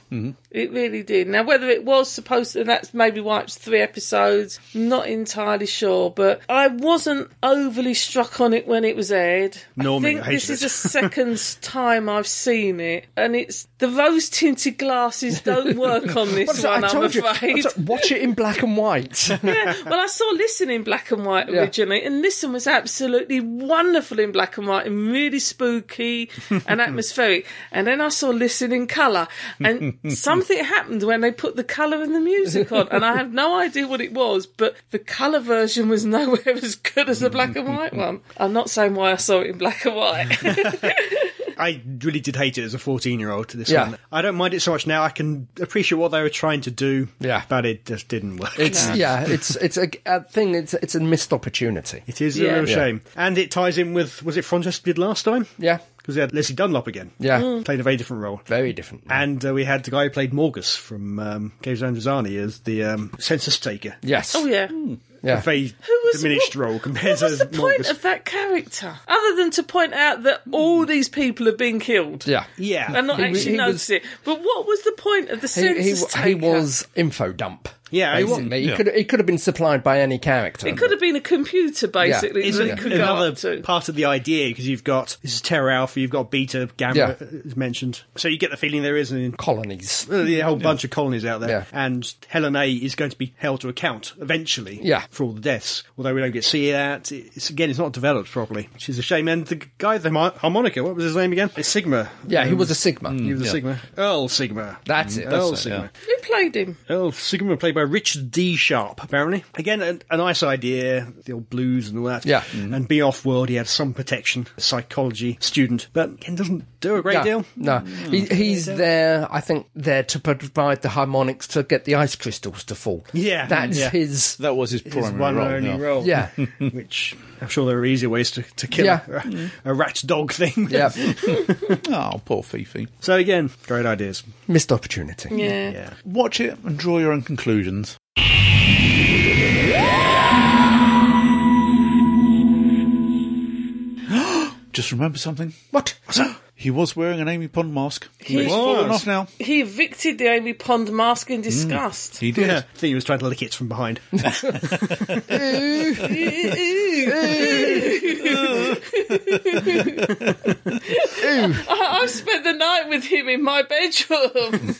[SPEAKER 4] It really did. Now, whether it was supposed to, and that's maybe why it's three episodes, not entirely sure, but I wasn't overly struck on it when it was aired.
[SPEAKER 3] Normally,
[SPEAKER 4] I think
[SPEAKER 3] I hated
[SPEAKER 4] this is
[SPEAKER 3] it.
[SPEAKER 4] the second time I've seen it, and it's the rose tinted glasses don't work on this
[SPEAKER 1] So
[SPEAKER 4] one,
[SPEAKER 1] I
[SPEAKER 4] I'm
[SPEAKER 1] told you. I
[SPEAKER 4] afraid.
[SPEAKER 1] told- watch it in black and white.
[SPEAKER 4] yeah, well, I saw Listen in black and white originally, and Listen was absolutely wonderful in black and white and really spooky and atmospheric. And then I saw Listen in colour, and something happened when they put the colour and the music on, and I have no idea what it was, but the colour version was nowhere as good as the black and white one. I'm not saying why I saw it in black and white.
[SPEAKER 3] I really did hate it as a 14 year old to this
[SPEAKER 1] Yeah.
[SPEAKER 3] one. I don't mind it so much now. I can appreciate what they were trying to do,
[SPEAKER 1] Yeah.
[SPEAKER 3] but it just didn't work.
[SPEAKER 1] It's yeah. It's it's a, a thing. It's it's a missed opportunity.
[SPEAKER 3] it is
[SPEAKER 4] Yeah.
[SPEAKER 3] a real
[SPEAKER 4] Yeah.
[SPEAKER 3] shame. And it ties in with, was it Frontiers did last time?
[SPEAKER 1] Yeah.
[SPEAKER 3] Because they had Leslie Dunlop again.
[SPEAKER 1] Yeah.
[SPEAKER 4] Mm.
[SPEAKER 3] Played a very different role.
[SPEAKER 1] Very different.
[SPEAKER 3] And uh, we had the guy who played Morgus from um, Caves of Androzani as the um, census taker.
[SPEAKER 1] yes.
[SPEAKER 4] oh, yeah.
[SPEAKER 1] Yeah.
[SPEAKER 3] A very
[SPEAKER 4] was-
[SPEAKER 3] diminished
[SPEAKER 4] what-
[SPEAKER 3] role compared
[SPEAKER 4] What's
[SPEAKER 3] to
[SPEAKER 4] the point
[SPEAKER 3] Morgus.
[SPEAKER 4] of that character? Other than to point out that all these people have been killed.
[SPEAKER 1] Yeah.
[SPEAKER 3] yeah.
[SPEAKER 4] and not
[SPEAKER 1] He-
[SPEAKER 4] actually
[SPEAKER 1] he
[SPEAKER 4] notice
[SPEAKER 1] was-
[SPEAKER 4] it. But what was the point of the
[SPEAKER 1] He, he,
[SPEAKER 4] census taker?
[SPEAKER 1] he was info dump.
[SPEAKER 3] Yeah, he was-
[SPEAKER 1] basically. He, could he could have been supplied by any character.
[SPEAKER 4] It could have been a computer, basically.
[SPEAKER 3] It's
[SPEAKER 4] that
[SPEAKER 3] a-
[SPEAKER 4] he could go
[SPEAKER 3] another
[SPEAKER 4] up to.
[SPEAKER 3] part of the idea because you've got this is Terra Alpha, you've got Beta, Gamma,
[SPEAKER 1] Yeah.
[SPEAKER 3] as mentioned. So you get the feeling there is an uh,
[SPEAKER 1] colonies.
[SPEAKER 3] a whole bunch of colonies out there,
[SPEAKER 1] Yeah.
[SPEAKER 3] and Helen A is going to be held to account eventually
[SPEAKER 1] Yeah.
[SPEAKER 3] for all the deaths. Although we don't get to see that, it's again it's not developed properly, which is a shame. And the guy, with the har- harmonica, what was his name again? It's Sigma.
[SPEAKER 1] Yeah, he was a Sigma.
[SPEAKER 3] He was a Sigma. Earl Sigma. Hmm.
[SPEAKER 1] That's it.
[SPEAKER 3] Earl
[SPEAKER 2] That's it,
[SPEAKER 3] Sigma.
[SPEAKER 4] Who played him?
[SPEAKER 3] Oh, Sigma played by Richard D. Sharp, apparently. Again, an, a nice idea, the old blues and all that.
[SPEAKER 1] Yeah.
[SPEAKER 2] Mm-hmm.
[SPEAKER 3] And be off world, he had some protection, a psychology student, but again, doesn't do a great
[SPEAKER 1] No,
[SPEAKER 3] deal.
[SPEAKER 1] no. He, he's there. I think there to provide the harmonics to get the ice crystals to fall.
[SPEAKER 3] Yeah,
[SPEAKER 1] that's
[SPEAKER 3] yeah.
[SPEAKER 1] his.
[SPEAKER 2] That was his
[SPEAKER 3] His
[SPEAKER 2] primary
[SPEAKER 3] one
[SPEAKER 2] role.
[SPEAKER 3] only
[SPEAKER 2] yeah.
[SPEAKER 3] role.
[SPEAKER 1] Yeah.
[SPEAKER 3] Which I'm sure there are easier ways to, to kill
[SPEAKER 1] Yeah.
[SPEAKER 3] a, a rat dog thing.
[SPEAKER 1] Yeah,
[SPEAKER 2] Oh, poor Fifi.
[SPEAKER 3] So again, great ideas.
[SPEAKER 1] missed opportunity.
[SPEAKER 4] Yeah.
[SPEAKER 3] Yeah.
[SPEAKER 2] Watch it and draw your own conclusions. Just remember something.
[SPEAKER 1] What?
[SPEAKER 2] He was wearing an Amy Pond mask.
[SPEAKER 4] He
[SPEAKER 2] it's fallen
[SPEAKER 3] was.
[SPEAKER 2] off now.
[SPEAKER 4] He evicted the Amy Pond mask
[SPEAKER 1] Mm.
[SPEAKER 4] in disgust.
[SPEAKER 2] He did.
[SPEAKER 3] Yeah. I think he was trying to lick it from behind.
[SPEAKER 4] I- I've spent the night with of him in my bedroom.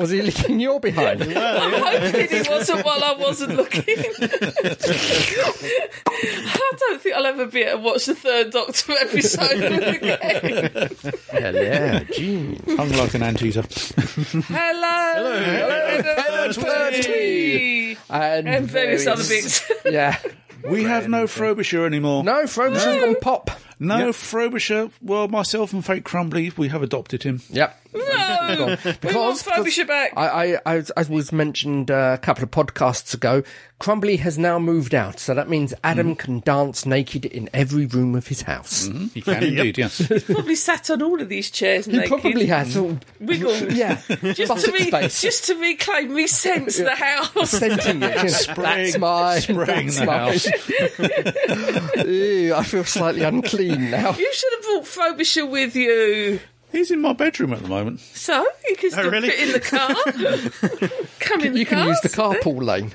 [SPEAKER 1] Was he licking your behind?
[SPEAKER 4] I'm hoping he wasn't while I wasn't looking. I don't think I'll ever be able to watch the third Doctor episode again.
[SPEAKER 1] Hell yeah, genius.
[SPEAKER 2] I'm like an anteater.
[SPEAKER 4] Hello. Hello. Bertie.
[SPEAKER 1] And,
[SPEAKER 4] And various other bits.
[SPEAKER 1] Yeah.
[SPEAKER 2] We have no Frobisher anymore.
[SPEAKER 1] No, Frobisher's gone pop.
[SPEAKER 2] No Frobisher. Well, myself and Fake Crumbly, we have adopted him.
[SPEAKER 1] Yep.
[SPEAKER 4] No. We want
[SPEAKER 1] Because-
[SPEAKER 4] Frobisher back.
[SPEAKER 1] I, I, I, was- as was mentioned uh, a couple of podcasts ago, Crumbly has now moved out, so that means Adam can dance naked in every room of his house.
[SPEAKER 2] He can indeed, yes.
[SPEAKER 4] probably sat on all of these chairs
[SPEAKER 1] He
[SPEAKER 4] naked.
[SPEAKER 1] probably has all
[SPEAKER 4] Wiggled.
[SPEAKER 1] yeah,
[SPEAKER 4] Just to,
[SPEAKER 1] buttock
[SPEAKER 4] re-
[SPEAKER 1] space.
[SPEAKER 4] just to reclaim, resent the house.
[SPEAKER 1] Scenting it, you know, that's mine.
[SPEAKER 2] spraying
[SPEAKER 1] that's
[SPEAKER 2] the house.
[SPEAKER 1] mine. Ew, I feel slightly unclean now.
[SPEAKER 4] You should have brought Frobisher with you.
[SPEAKER 2] He's in my bedroom at the moment.
[SPEAKER 4] So you can still
[SPEAKER 3] really?
[SPEAKER 4] fit in the car. Come in the
[SPEAKER 1] Oh, You
[SPEAKER 4] car.
[SPEAKER 1] can use the carpool lane.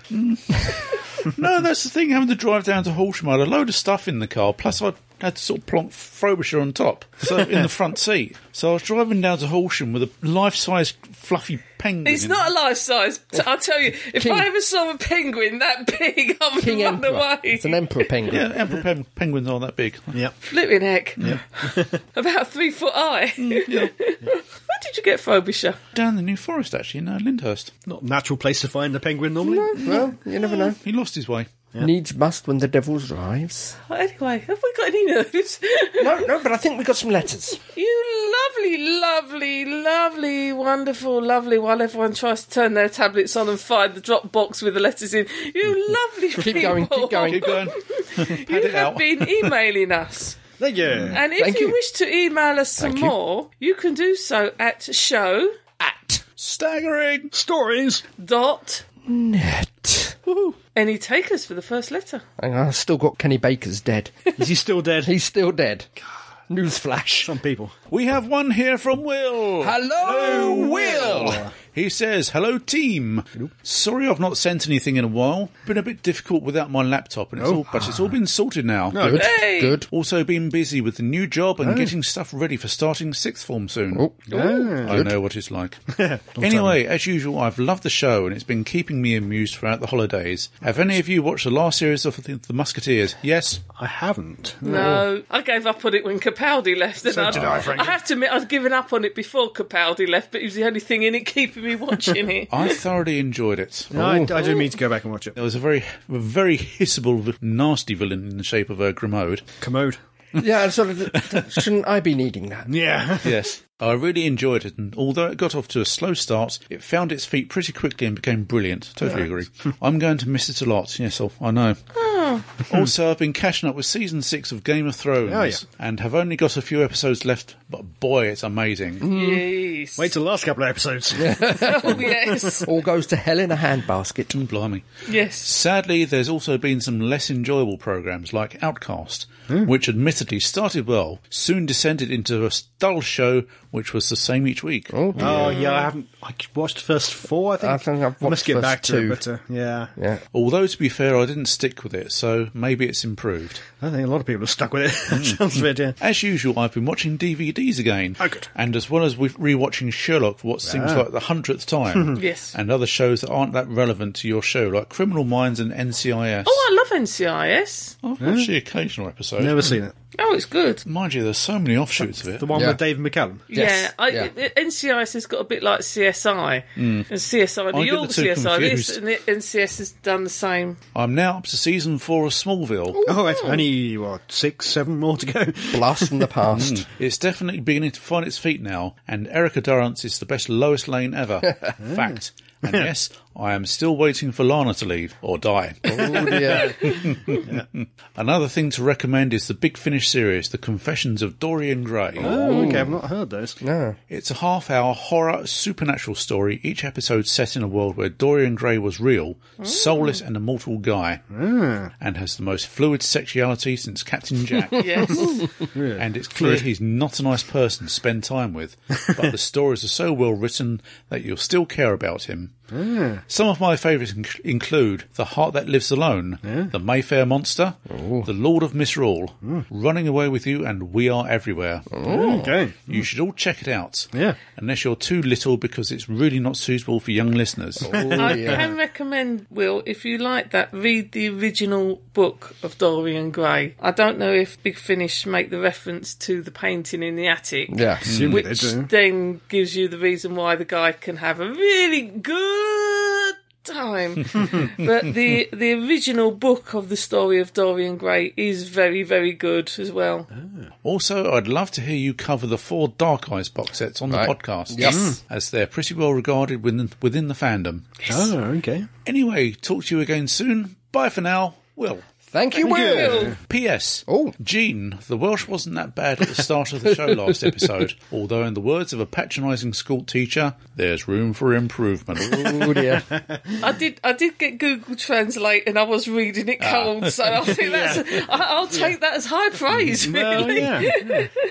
[SPEAKER 2] No, that's the thing, having to drive down to Horsham, I had a load of stuff in the car, plus I had to sort of plonk Frobisher on top, so in the front seat. So I was driving down to Horsham with a life-size fluffy penguin.
[SPEAKER 4] It's
[SPEAKER 2] in-
[SPEAKER 4] not a life size. T- I'll tell you, if
[SPEAKER 1] King-
[SPEAKER 4] I ever saw a penguin that big, I would
[SPEAKER 1] King
[SPEAKER 4] run
[SPEAKER 1] Emperor.
[SPEAKER 4] away.
[SPEAKER 1] It's an emperor penguin.
[SPEAKER 2] Yeah, emperor pen- penguins aren't that big.
[SPEAKER 4] Flipping heck. About three foot high.
[SPEAKER 1] Mm,
[SPEAKER 4] Where did you get Frobisher?
[SPEAKER 2] Down the New Forest, actually, in uh, Lyndhurst.
[SPEAKER 3] Not a natural place to find a penguin normally.
[SPEAKER 1] Well, you never know.
[SPEAKER 2] He lost his way.
[SPEAKER 1] Needs must when the devil arrives.
[SPEAKER 4] Well, Oh, Anyway, have we got any news?
[SPEAKER 1] No, no, but I think we got some letters.
[SPEAKER 4] You lovely, lovely, lovely, wonderful, lovely. While everyone tries to turn their tablets on and find the Dropbox with the letters in, you lovely people.
[SPEAKER 1] Mm, Keep going, keep going.
[SPEAKER 2] Keep going.
[SPEAKER 4] You
[SPEAKER 2] it
[SPEAKER 4] have
[SPEAKER 2] out.
[SPEAKER 4] been emailing us.
[SPEAKER 3] Thank you.
[SPEAKER 4] And if
[SPEAKER 1] Thank
[SPEAKER 4] you,
[SPEAKER 1] you.
[SPEAKER 4] wish to email us some
[SPEAKER 1] Thank you.
[SPEAKER 4] more, you can do so at show
[SPEAKER 1] At
[SPEAKER 2] Staggering.
[SPEAKER 3] Stories.
[SPEAKER 4] dot.
[SPEAKER 1] net.
[SPEAKER 4] Any takers for the first letter?
[SPEAKER 1] Hang on, I've still got Kenny Baker's dead.
[SPEAKER 3] Is he still dead?
[SPEAKER 1] He's still dead. Newsflash.
[SPEAKER 3] Some people.
[SPEAKER 2] We have one here from Will.
[SPEAKER 1] Hello,
[SPEAKER 2] Will. He says, "Hello, team. Sorry, I've not sent anything in a while. Been a bit difficult without my laptop, and it's all, but it's all been sorted now.
[SPEAKER 1] Oh. Good.
[SPEAKER 4] Hey.
[SPEAKER 1] Good.
[SPEAKER 2] Also, been busy with the new job and getting stuff ready for starting sixth form soon.
[SPEAKER 1] Oh,
[SPEAKER 2] I know what it's like. anyway, as usual, I've loved the show and it's been keeping me amused throughout the holidays. Have any of you watched the last series of The, the Musketeers? Yes.
[SPEAKER 3] I haven't.
[SPEAKER 4] No, I gave up on it when Capaldi left. And I'd,
[SPEAKER 3] did I, frankly.
[SPEAKER 4] have to admit, I'd given up on it before Capaldi left, but it was the only thing in it keeping me watching it.
[SPEAKER 2] I thoroughly enjoyed it.
[SPEAKER 3] No, I, I
[SPEAKER 1] Oh.
[SPEAKER 3] do need to go back and watch it.
[SPEAKER 2] There was a very, a very hissable, v- nasty villain in the shape of a Grimaud.
[SPEAKER 3] Commode.
[SPEAKER 1] Yeah, sort of. Shouldn't I be needing that?
[SPEAKER 3] Yeah.
[SPEAKER 2] Yes. I really enjoyed it, and although it got off to a slow start, it found its feet pretty quickly and became brilliant. Totally agree. I'm going to miss it a lot. Yes, I- I know. also, I've been catching up with season six of Game of Thrones,
[SPEAKER 3] Oh, yeah.
[SPEAKER 2] and have only got a few episodes left. But boy, it's amazing.
[SPEAKER 4] Yes.
[SPEAKER 3] Wait till the last couple of episodes.
[SPEAKER 4] Oh, yes.
[SPEAKER 1] All goes to hell in a handbasket.
[SPEAKER 2] Mm, Blimey.
[SPEAKER 4] Yes.
[SPEAKER 2] Sadly, there's also been some less enjoyable programs like Outcast,
[SPEAKER 3] Hmm.
[SPEAKER 2] which admittedly started well, soon descended into a dull show which was the same each week.
[SPEAKER 1] Oh,
[SPEAKER 3] Oh yeah, I haven't. I watched the first four. I think.
[SPEAKER 1] I think I've
[SPEAKER 3] I
[SPEAKER 1] watched
[SPEAKER 3] must get
[SPEAKER 1] first
[SPEAKER 3] back to
[SPEAKER 1] two.
[SPEAKER 3] it. But uh, yeah.
[SPEAKER 1] yeah.
[SPEAKER 2] Although, to be fair, I didn't stick with it, so maybe it's improved.
[SPEAKER 3] I think a lot of people are stuck with
[SPEAKER 1] Hmm.
[SPEAKER 3] it. Sounds a bit. Yeah.
[SPEAKER 2] As usual, I've been watching DVDs again.
[SPEAKER 3] Oh, good. Ah.
[SPEAKER 2] And as well as with rewatching Sherlock for what seems like the hundredth time.
[SPEAKER 4] Yes.
[SPEAKER 2] And other shows that aren't that relevant to your show, like Criminal Minds and NCIS.
[SPEAKER 4] Oh, I love NCIS.
[SPEAKER 2] I've
[SPEAKER 3] Hmm?
[SPEAKER 2] watched the occasional episode.
[SPEAKER 3] Never seen it.
[SPEAKER 4] Oh, it's good.
[SPEAKER 2] Mind you, there's so many offshoots of it.
[SPEAKER 3] The one
[SPEAKER 1] Yeah.
[SPEAKER 3] with David McCallum.
[SPEAKER 1] Yes,
[SPEAKER 4] Yeah, I,
[SPEAKER 1] yeah.
[SPEAKER 4] it- NCIS has got a bit like CSI, and CSI
[SPEAKER 2] I
[SPEAKER 4] New
[SPEAKER 2] get
[SPEAKER 4] York,
[SPEAKER 2] the two
[SPEAKER 4] CSI this,
[SPEAKER 2] confused.
[SPEAKER 4] and the NCS has done the same.
[SPEAKER 2] I'm now up to season four of Smallville.
[SPEAKER 3] Oh, it's only what six, seven more to go.
[SPEAKER 1] Blast from the past.
[SPEAKER 2] It's definitely beginning to find its feet now, and Erica Durrance is the best Lois Lane ever. Fact. And yes, I am still waiting for Lana to leave or die.
[SPEAKER 1] oh, dear.
[SPEAKER 2] Another thing to recommend is the Big Finish series, The Confessions of Dorian Gray.
[SPEAKER 3] Oh, okay, I've not heard those.
[SPEAKER 1] No.
[SPEAKER 2] It's a half hour horror supernatural story, each episode set in a world where Dorian Gray was real, soulless, and immortal guy, and has the most fluid sexuality since Captain Jack.
[SPEAKER 4] Yes,
[SPEAKER 2] And it's clear he's not a nice person to spend time with, but the stories are so well written that you'll still care about him. Some of my favourites inc- include The Heart That Lives Alone, The Mayfair Monster,
[SPEAKER 1] Oh.
[SPEAKER 2] The Lord of Misrule,
[SPEAKER 1] Mm.
[SPEAKER 2] Running Away With You, and We Are Everywhere.
[SPEAKER 1] Oh.
[SPEAKER 3] Oh, Okay.
[SPEAKER 2] You should all check it out.
[SPEAKER 3] Yeah.
[SPEAKER 2] Unless you're too little, because it's really not suitable for young listeners.
[SPEAKER 1] Oh.
[SPEAKER 4] I can recommend, Will, if you like that, read the original book of Dorian Gray. I don't know if Big Finish make the reference to the painting in the attic.
[SPEAKER 1] Yeah.
[SPEAKER 4] Which then gives you the reason why the guy can have a really good time. but the the original book of the story of Dorian Gray is very, very good as well.
[SPEAKER 2] Also, I'd love to hear you cover the four Dark Eyes box sets on
[SPEAKER 1] Right.
[SPEAKER 2] the podcast,
[SPEAKER 1] Yes.
[SPEAKER 2] as they're pretty well regarded within, within the fandom.
[SPEAKER 3] Oh, okay.
[SPEAKER 2] Anyway, talk to you again soon. Bye for now. Will.
[SPEAKER 1] Thank you, Will.
[SPEAKER 4] Will,
[SPEAKER 2] P.S.
[SPEAKER 1] Oh.
[SPEAKER 2] Gene, the Welsh wasn't that bad at the start of the show last episode, although, in the words of a patronising school teacher, there's room for improvement.
[SPEAKER 1] Oh dear.
[SPEAKER 4] I did I did get Google Translate and I was reading it cold, so I think that's I, I'll take that as high praise,
[SPEAKER 3] Oh,
[SPEAKER 4] really.
[SPEAKER 3] yeah.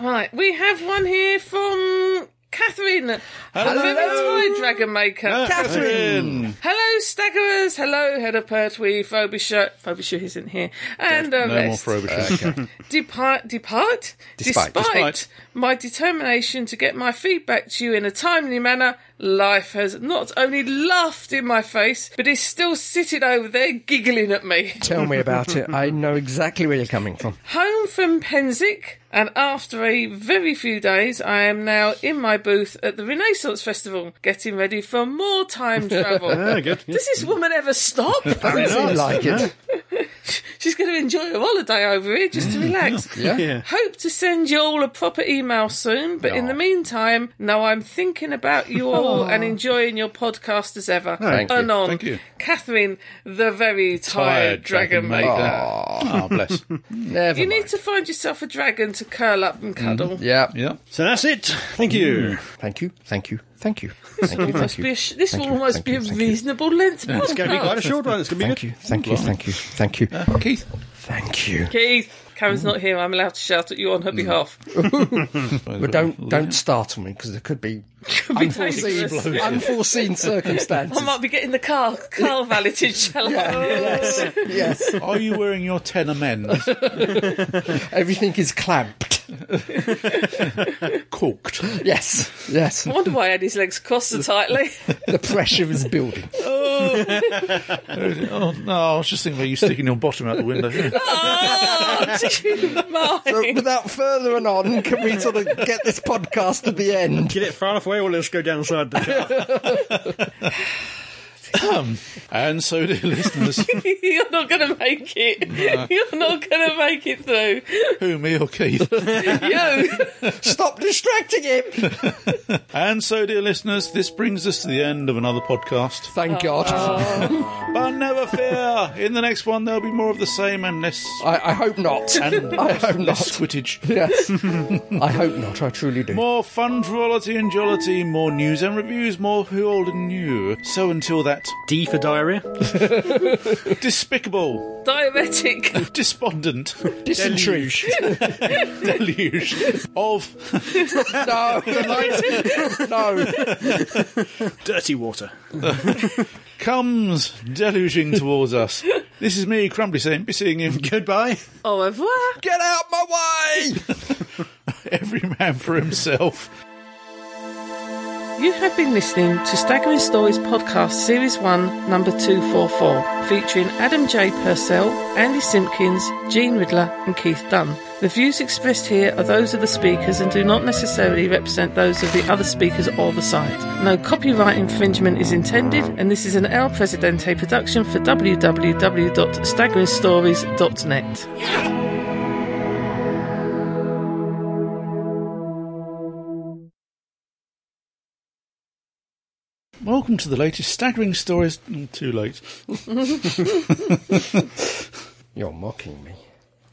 [SPEAKER 4] Right, we have one here from Catherine. Hello, Toy Dragon Maker.
[SPEAKER 2] Catherine!
[SPEAKER 4] Hello, staggerers. Hello, head of Pertwee, Frobisher. Frobisher isn't here. And the
[SPEAKER 2] No more
[SPEAKER 4] rest.
[SPEAKER 2] Frobisher.
[SPEAKER 4] Depart, depart?
[SPEAKER 1] Despite.
[SPEAKER 2] Despite.
[SPEAKER 4] my determination to get my feedback to you in a timely manner, life has not only laughed in my face, but is still sitting over there giggling at me.
[SPEAKER 1] Tell me about it. I know exactly where you're coming from.
[SPEAKER 4] Home from Penzic, and after a very few days, I am now in my booth at the Renaissance Festival, getting ready for more time travel.
[SPEAKER 3] good.
[SPEAKER 4] Does this woman ever stop?
[SPEAKER 1] Doesn't seem like it.
[SPEAKER 4] She's going to enjoy her holiday over here just to relax.
[SPEAKER 3] Yeah.
[SPEAKER 4] Hope to send you all a proper email soon, but in the meantime, no, I'm thinking about you all and enjoying your podcast as ever.
[SPEAKER 1] Thank you.
[SPEAKER 4] Anon,
[SPEAKER 2] Thank you.
[SPEAKER 4] Catherine, the very tired,
[SPEAKER 2] Tired
[SPEAKER 4] dragon, maker.
[SPEAKER 2] Oh, bless.
[SPEAKER 1] Never
[SPEAKER 4] You
[SPEAKER 1] mind.
[SPEAKER 4] need to find yourself a dragon to curl up and cuddle.
[SPEAKER 1] Yeah.
[SPEAKER 2] Yeah.
[SPEAKER 3] So that's it. Thank
[SPEAKER 1] Hmm.
[SPEAKER 3] you.
[SPEAKER 1] Thank you. Thank you. Thank you. Thank you.
[SPEAKER 4] Must
[SPEAKER 1] Thank
[SPEAKER 4] be a
[SPEAKER 1] you.
[SPEAKER 4] sh- this
[SPEAKER 1] Thank
[SPEAKER 4] will
[SPEAKER 1] you,
[SPEAKER 4] almost
[SPEAKER 1] thank
[SPEAKER 4] be
[SPEAKER 1] you,
[SPEAKER 4] a
[SPEAKER 1] thank you.
[SPEAKER 4] reasonable length.
[SPEAKER 3] It's going to be quite a
[SPEAKER 4] podcast.
[SPEAKER 3] short one. It's going to be
[SPEAKER 1] Oh, Thank
[SPEAKER 3] good.
[SPEAKER 1] you. Thank you. Thank you. Thank you.
[SPEAKER 2] Uh, Keith.
[SPEAKER 1] Thank you.
[SPEAKER 4] Keith, Karen's not here. I'm allowed to shout at you
[SPEAKER 1] Mm.
[SPEAKER 4] on her behalf.
[SPEAKER 1] But don't don't startle me because there could be unforeseen
[SPEAKER 4] dangerous.
[SPEAKER 1] unforeseen circumstances.
[SPEAKER 4] I might be getting the car car valeted, shall I?
[SPEAKER 1] yes, yes.
[SPEAKER 2] Are you wearing your tenor men?
[SPEAKER 1] Everything is clamped.
[SPEAKER 2] Corked.
[SPEAKER 1] Yes, yes.
[SPEAKER 4] I wonder why I had his legs crossed so tightly.
[SPEAKER 1] The pressure is building.
[SPEAKER 2] Oh, no, I was just thinking about you sticking your bottom out the window.
[SPEAKER 4] oh, do you
[SPEAKER 1] But
[SPEAKER 4] mind?
[SPEAKER 1] without further anon, can we sort of get this podcast to the end?
[SPEAKER 3] Get it far enough away, or let's go down the side of the car.
[SPEAKER 2] and so, dear listeners,
[SPEAKER 4] You're not going to make it. You're not going to make it through.
[SPEAKER 2] who, me or Keith?
[SPEAKER 4] You.
[SPEAKER 1] Stop distracting him.
[SPEAKER 2] And so, dear listeners, this brings us to the end of another podcast.
[SPEAKER 1] Thank God.
[SPEAKER 2] But never fear, in the next one there'll be more of the same and less
[SPEAKER 1] I, I hope not.
[SPEAKER 2] and
[SPEAKER 1] I hope
[SPEAKER 2] less
[SPEAKER 1] not.
[SPEAKER 2] squittage.
[SPEAKER 1] Yes. I hope not. I truly do.
[SPEAKER 2] More fun, frivolity, and jollity, more news and reviews, more who old and new. So until that,
[SPEAKER 3] D for diarrhea.
[SPEAKER 2] despicable,
[SPEAKER 4] Diabetic.
[SPEAKER 2] despondent
[SPEAKER 1] Dysentery.
[SPEAKER 2] deluge of
[SPEAKER 1] No. no.
[SPEAKER 3] Dirty water.
[SPEAKER 2] comes deluging towards us. This is me, Crumbly, saying, be seeing him,
[SPEAKER 3] Goodbye.
[SPEAKER 4] Au revoir.
[SPEAKER 1] Get out my way.
[SPEAKER 2] every man for himself.
[SPEAKER 4] You have been listening to Staggering Stories Podcast Series 1, number 244, featuring Adam J. Purcell, Andy Simpkins, Gene Riddler, and Keith Dunn. The views expressed here are those of the speakers and do not necessarily represent those of the other speakers or the site. No copyright infringement is intended, and this is an El Presidente production for www.staggeringstories.net.
[SPEAKER 2] Welcome to the latest staggering stories. Mm, Too late.
[SPEAKER 1] You're mocking me.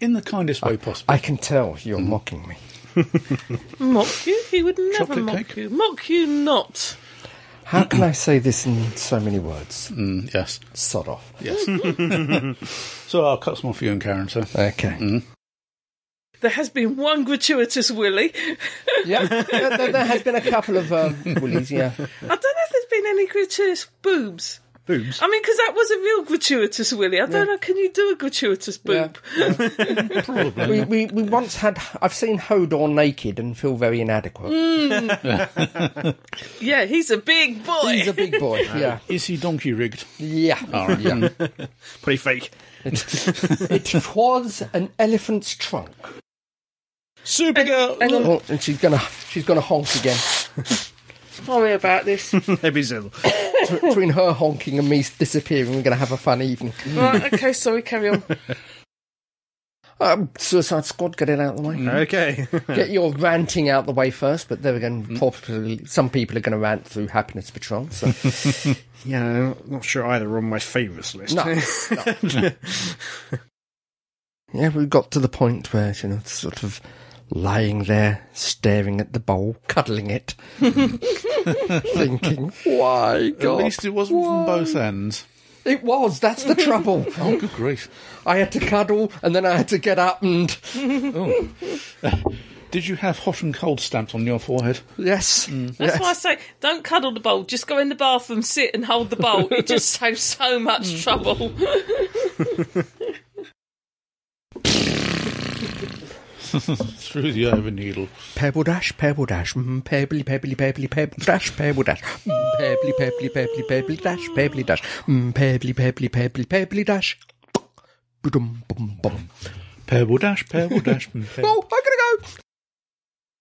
[SPEAKER 2] In the kindest way possible.
[SPEAKER 1] I can tell you're mocking me.
[SPEAKER 4] Mock you? He would never
[SPEAKER 2] Chocolate
[SPEAKER 4] mock
[SPEAKER 2] cake.
[SPEAKER 4] you. Mock you not.
[SPEAKER 1] How can I say this in so many words?
[SPEAKER 2] Mm, yes,
[SPEAKER 1] Sod off.
[SPEAKER 2] yes. so I'll cut some off for you and Karen, sir.
[SPEAKER 1] Okay.
[SPEAKER 4] There has been one gratuitous Willie.
[SPEAKER 1] Yeah, there, there- there has been a couple of um, woolies, yeah.
[SPEAKER 4] I don't know if there's been any gratuitous boobs?
[SPEAKER 3] Boobs.
[SPEAKER 4] I mean, because that was a real gratuitous Willie. I don't know. Can you do a gratuitous boob?
[SPEAKER 1] We, we, we once had. I've seen Hodor naked and feel very inadequate.
[SPEAKER 4] Yeah, he's a big boy.
[SPEAKER 1] He's a big boy. Yeah.
[SPEAKER 2] Is he donkey rigged?
[SPEAKER 1] Yeah. yeah.
[SPEAKER 3] Pretty fake.
[SPEAKER 1] It was an elephant's trunk.
[SPEAKER 2] Supergirl!
[SPEAKER 4] Hang on,
[SPEAKER 1] Oh, and she's gonna she's gonna honk again.
[SPEAKER 4] worry about this.
[SPEAKER 3] Every Zill.
[SPEAKER 1] Between her honking and me disappearing, we're gonna have a fun evening.
[SPEAKER 4] right, okay, sorry, carry on.
[SPEAKER 1] Um, Suicide Squad, get it out of the way.
[SPEAKER 3] Okay.
[SPEAKER 1] Get your ranting out the way first, but then again,
[SPEAKER 2] Mm-hmm.
[SPEAKER 1] probably some people are going to rant through Happiness Patrol. So
[SPEAKER 3] yeah, I'm not sure either are on my favourites list.
[SPEAKER 1] No, yeah, we got to the point where you know, sort of lying there, staring at the bowl, cuddling it, thinking, "Why
[SPEAKER 2] At
[SPEAKER 1] God?"
[SPEAKER 2] least it wasn't from both ends.
[SPEAKER 1] It was. That's the trouble.
[SPEAKER 2] Oh, good grief.
[SPEAKER 1] I had to cuddle, and then I had to get up, and
[SPEAKER 2] Did you have hot and cold stamped on your forehead?
[SPEAKER 1] yes,
[SPEAKER 2] Mm.
[SPEAKER 4] That's
[SPEAKER 1] yes.
[SPEAKER 4] why I say don't cuddle the bowl. Just go in the bathroom, sit, and hold the bowl. It just saves so much trouble.
[SPEAKER 2] Through the eye of a needle.
[SPEAKER 1] Pebble dash, pebble dash, mm, pebbly, pebbly, pebbly, pebble dash, pebble dash, mm, pebbly, pebbly, pebbly, pebbly dash, pebbly dash, mm, pebbly, pebbly, pebbly, pebbly dash. Ba-dum, bum, bum.
[SPEAKER 2] Pebble dash, pebble dash. mm, pebble-
[SPEAKER 1] Oh, I gotta go.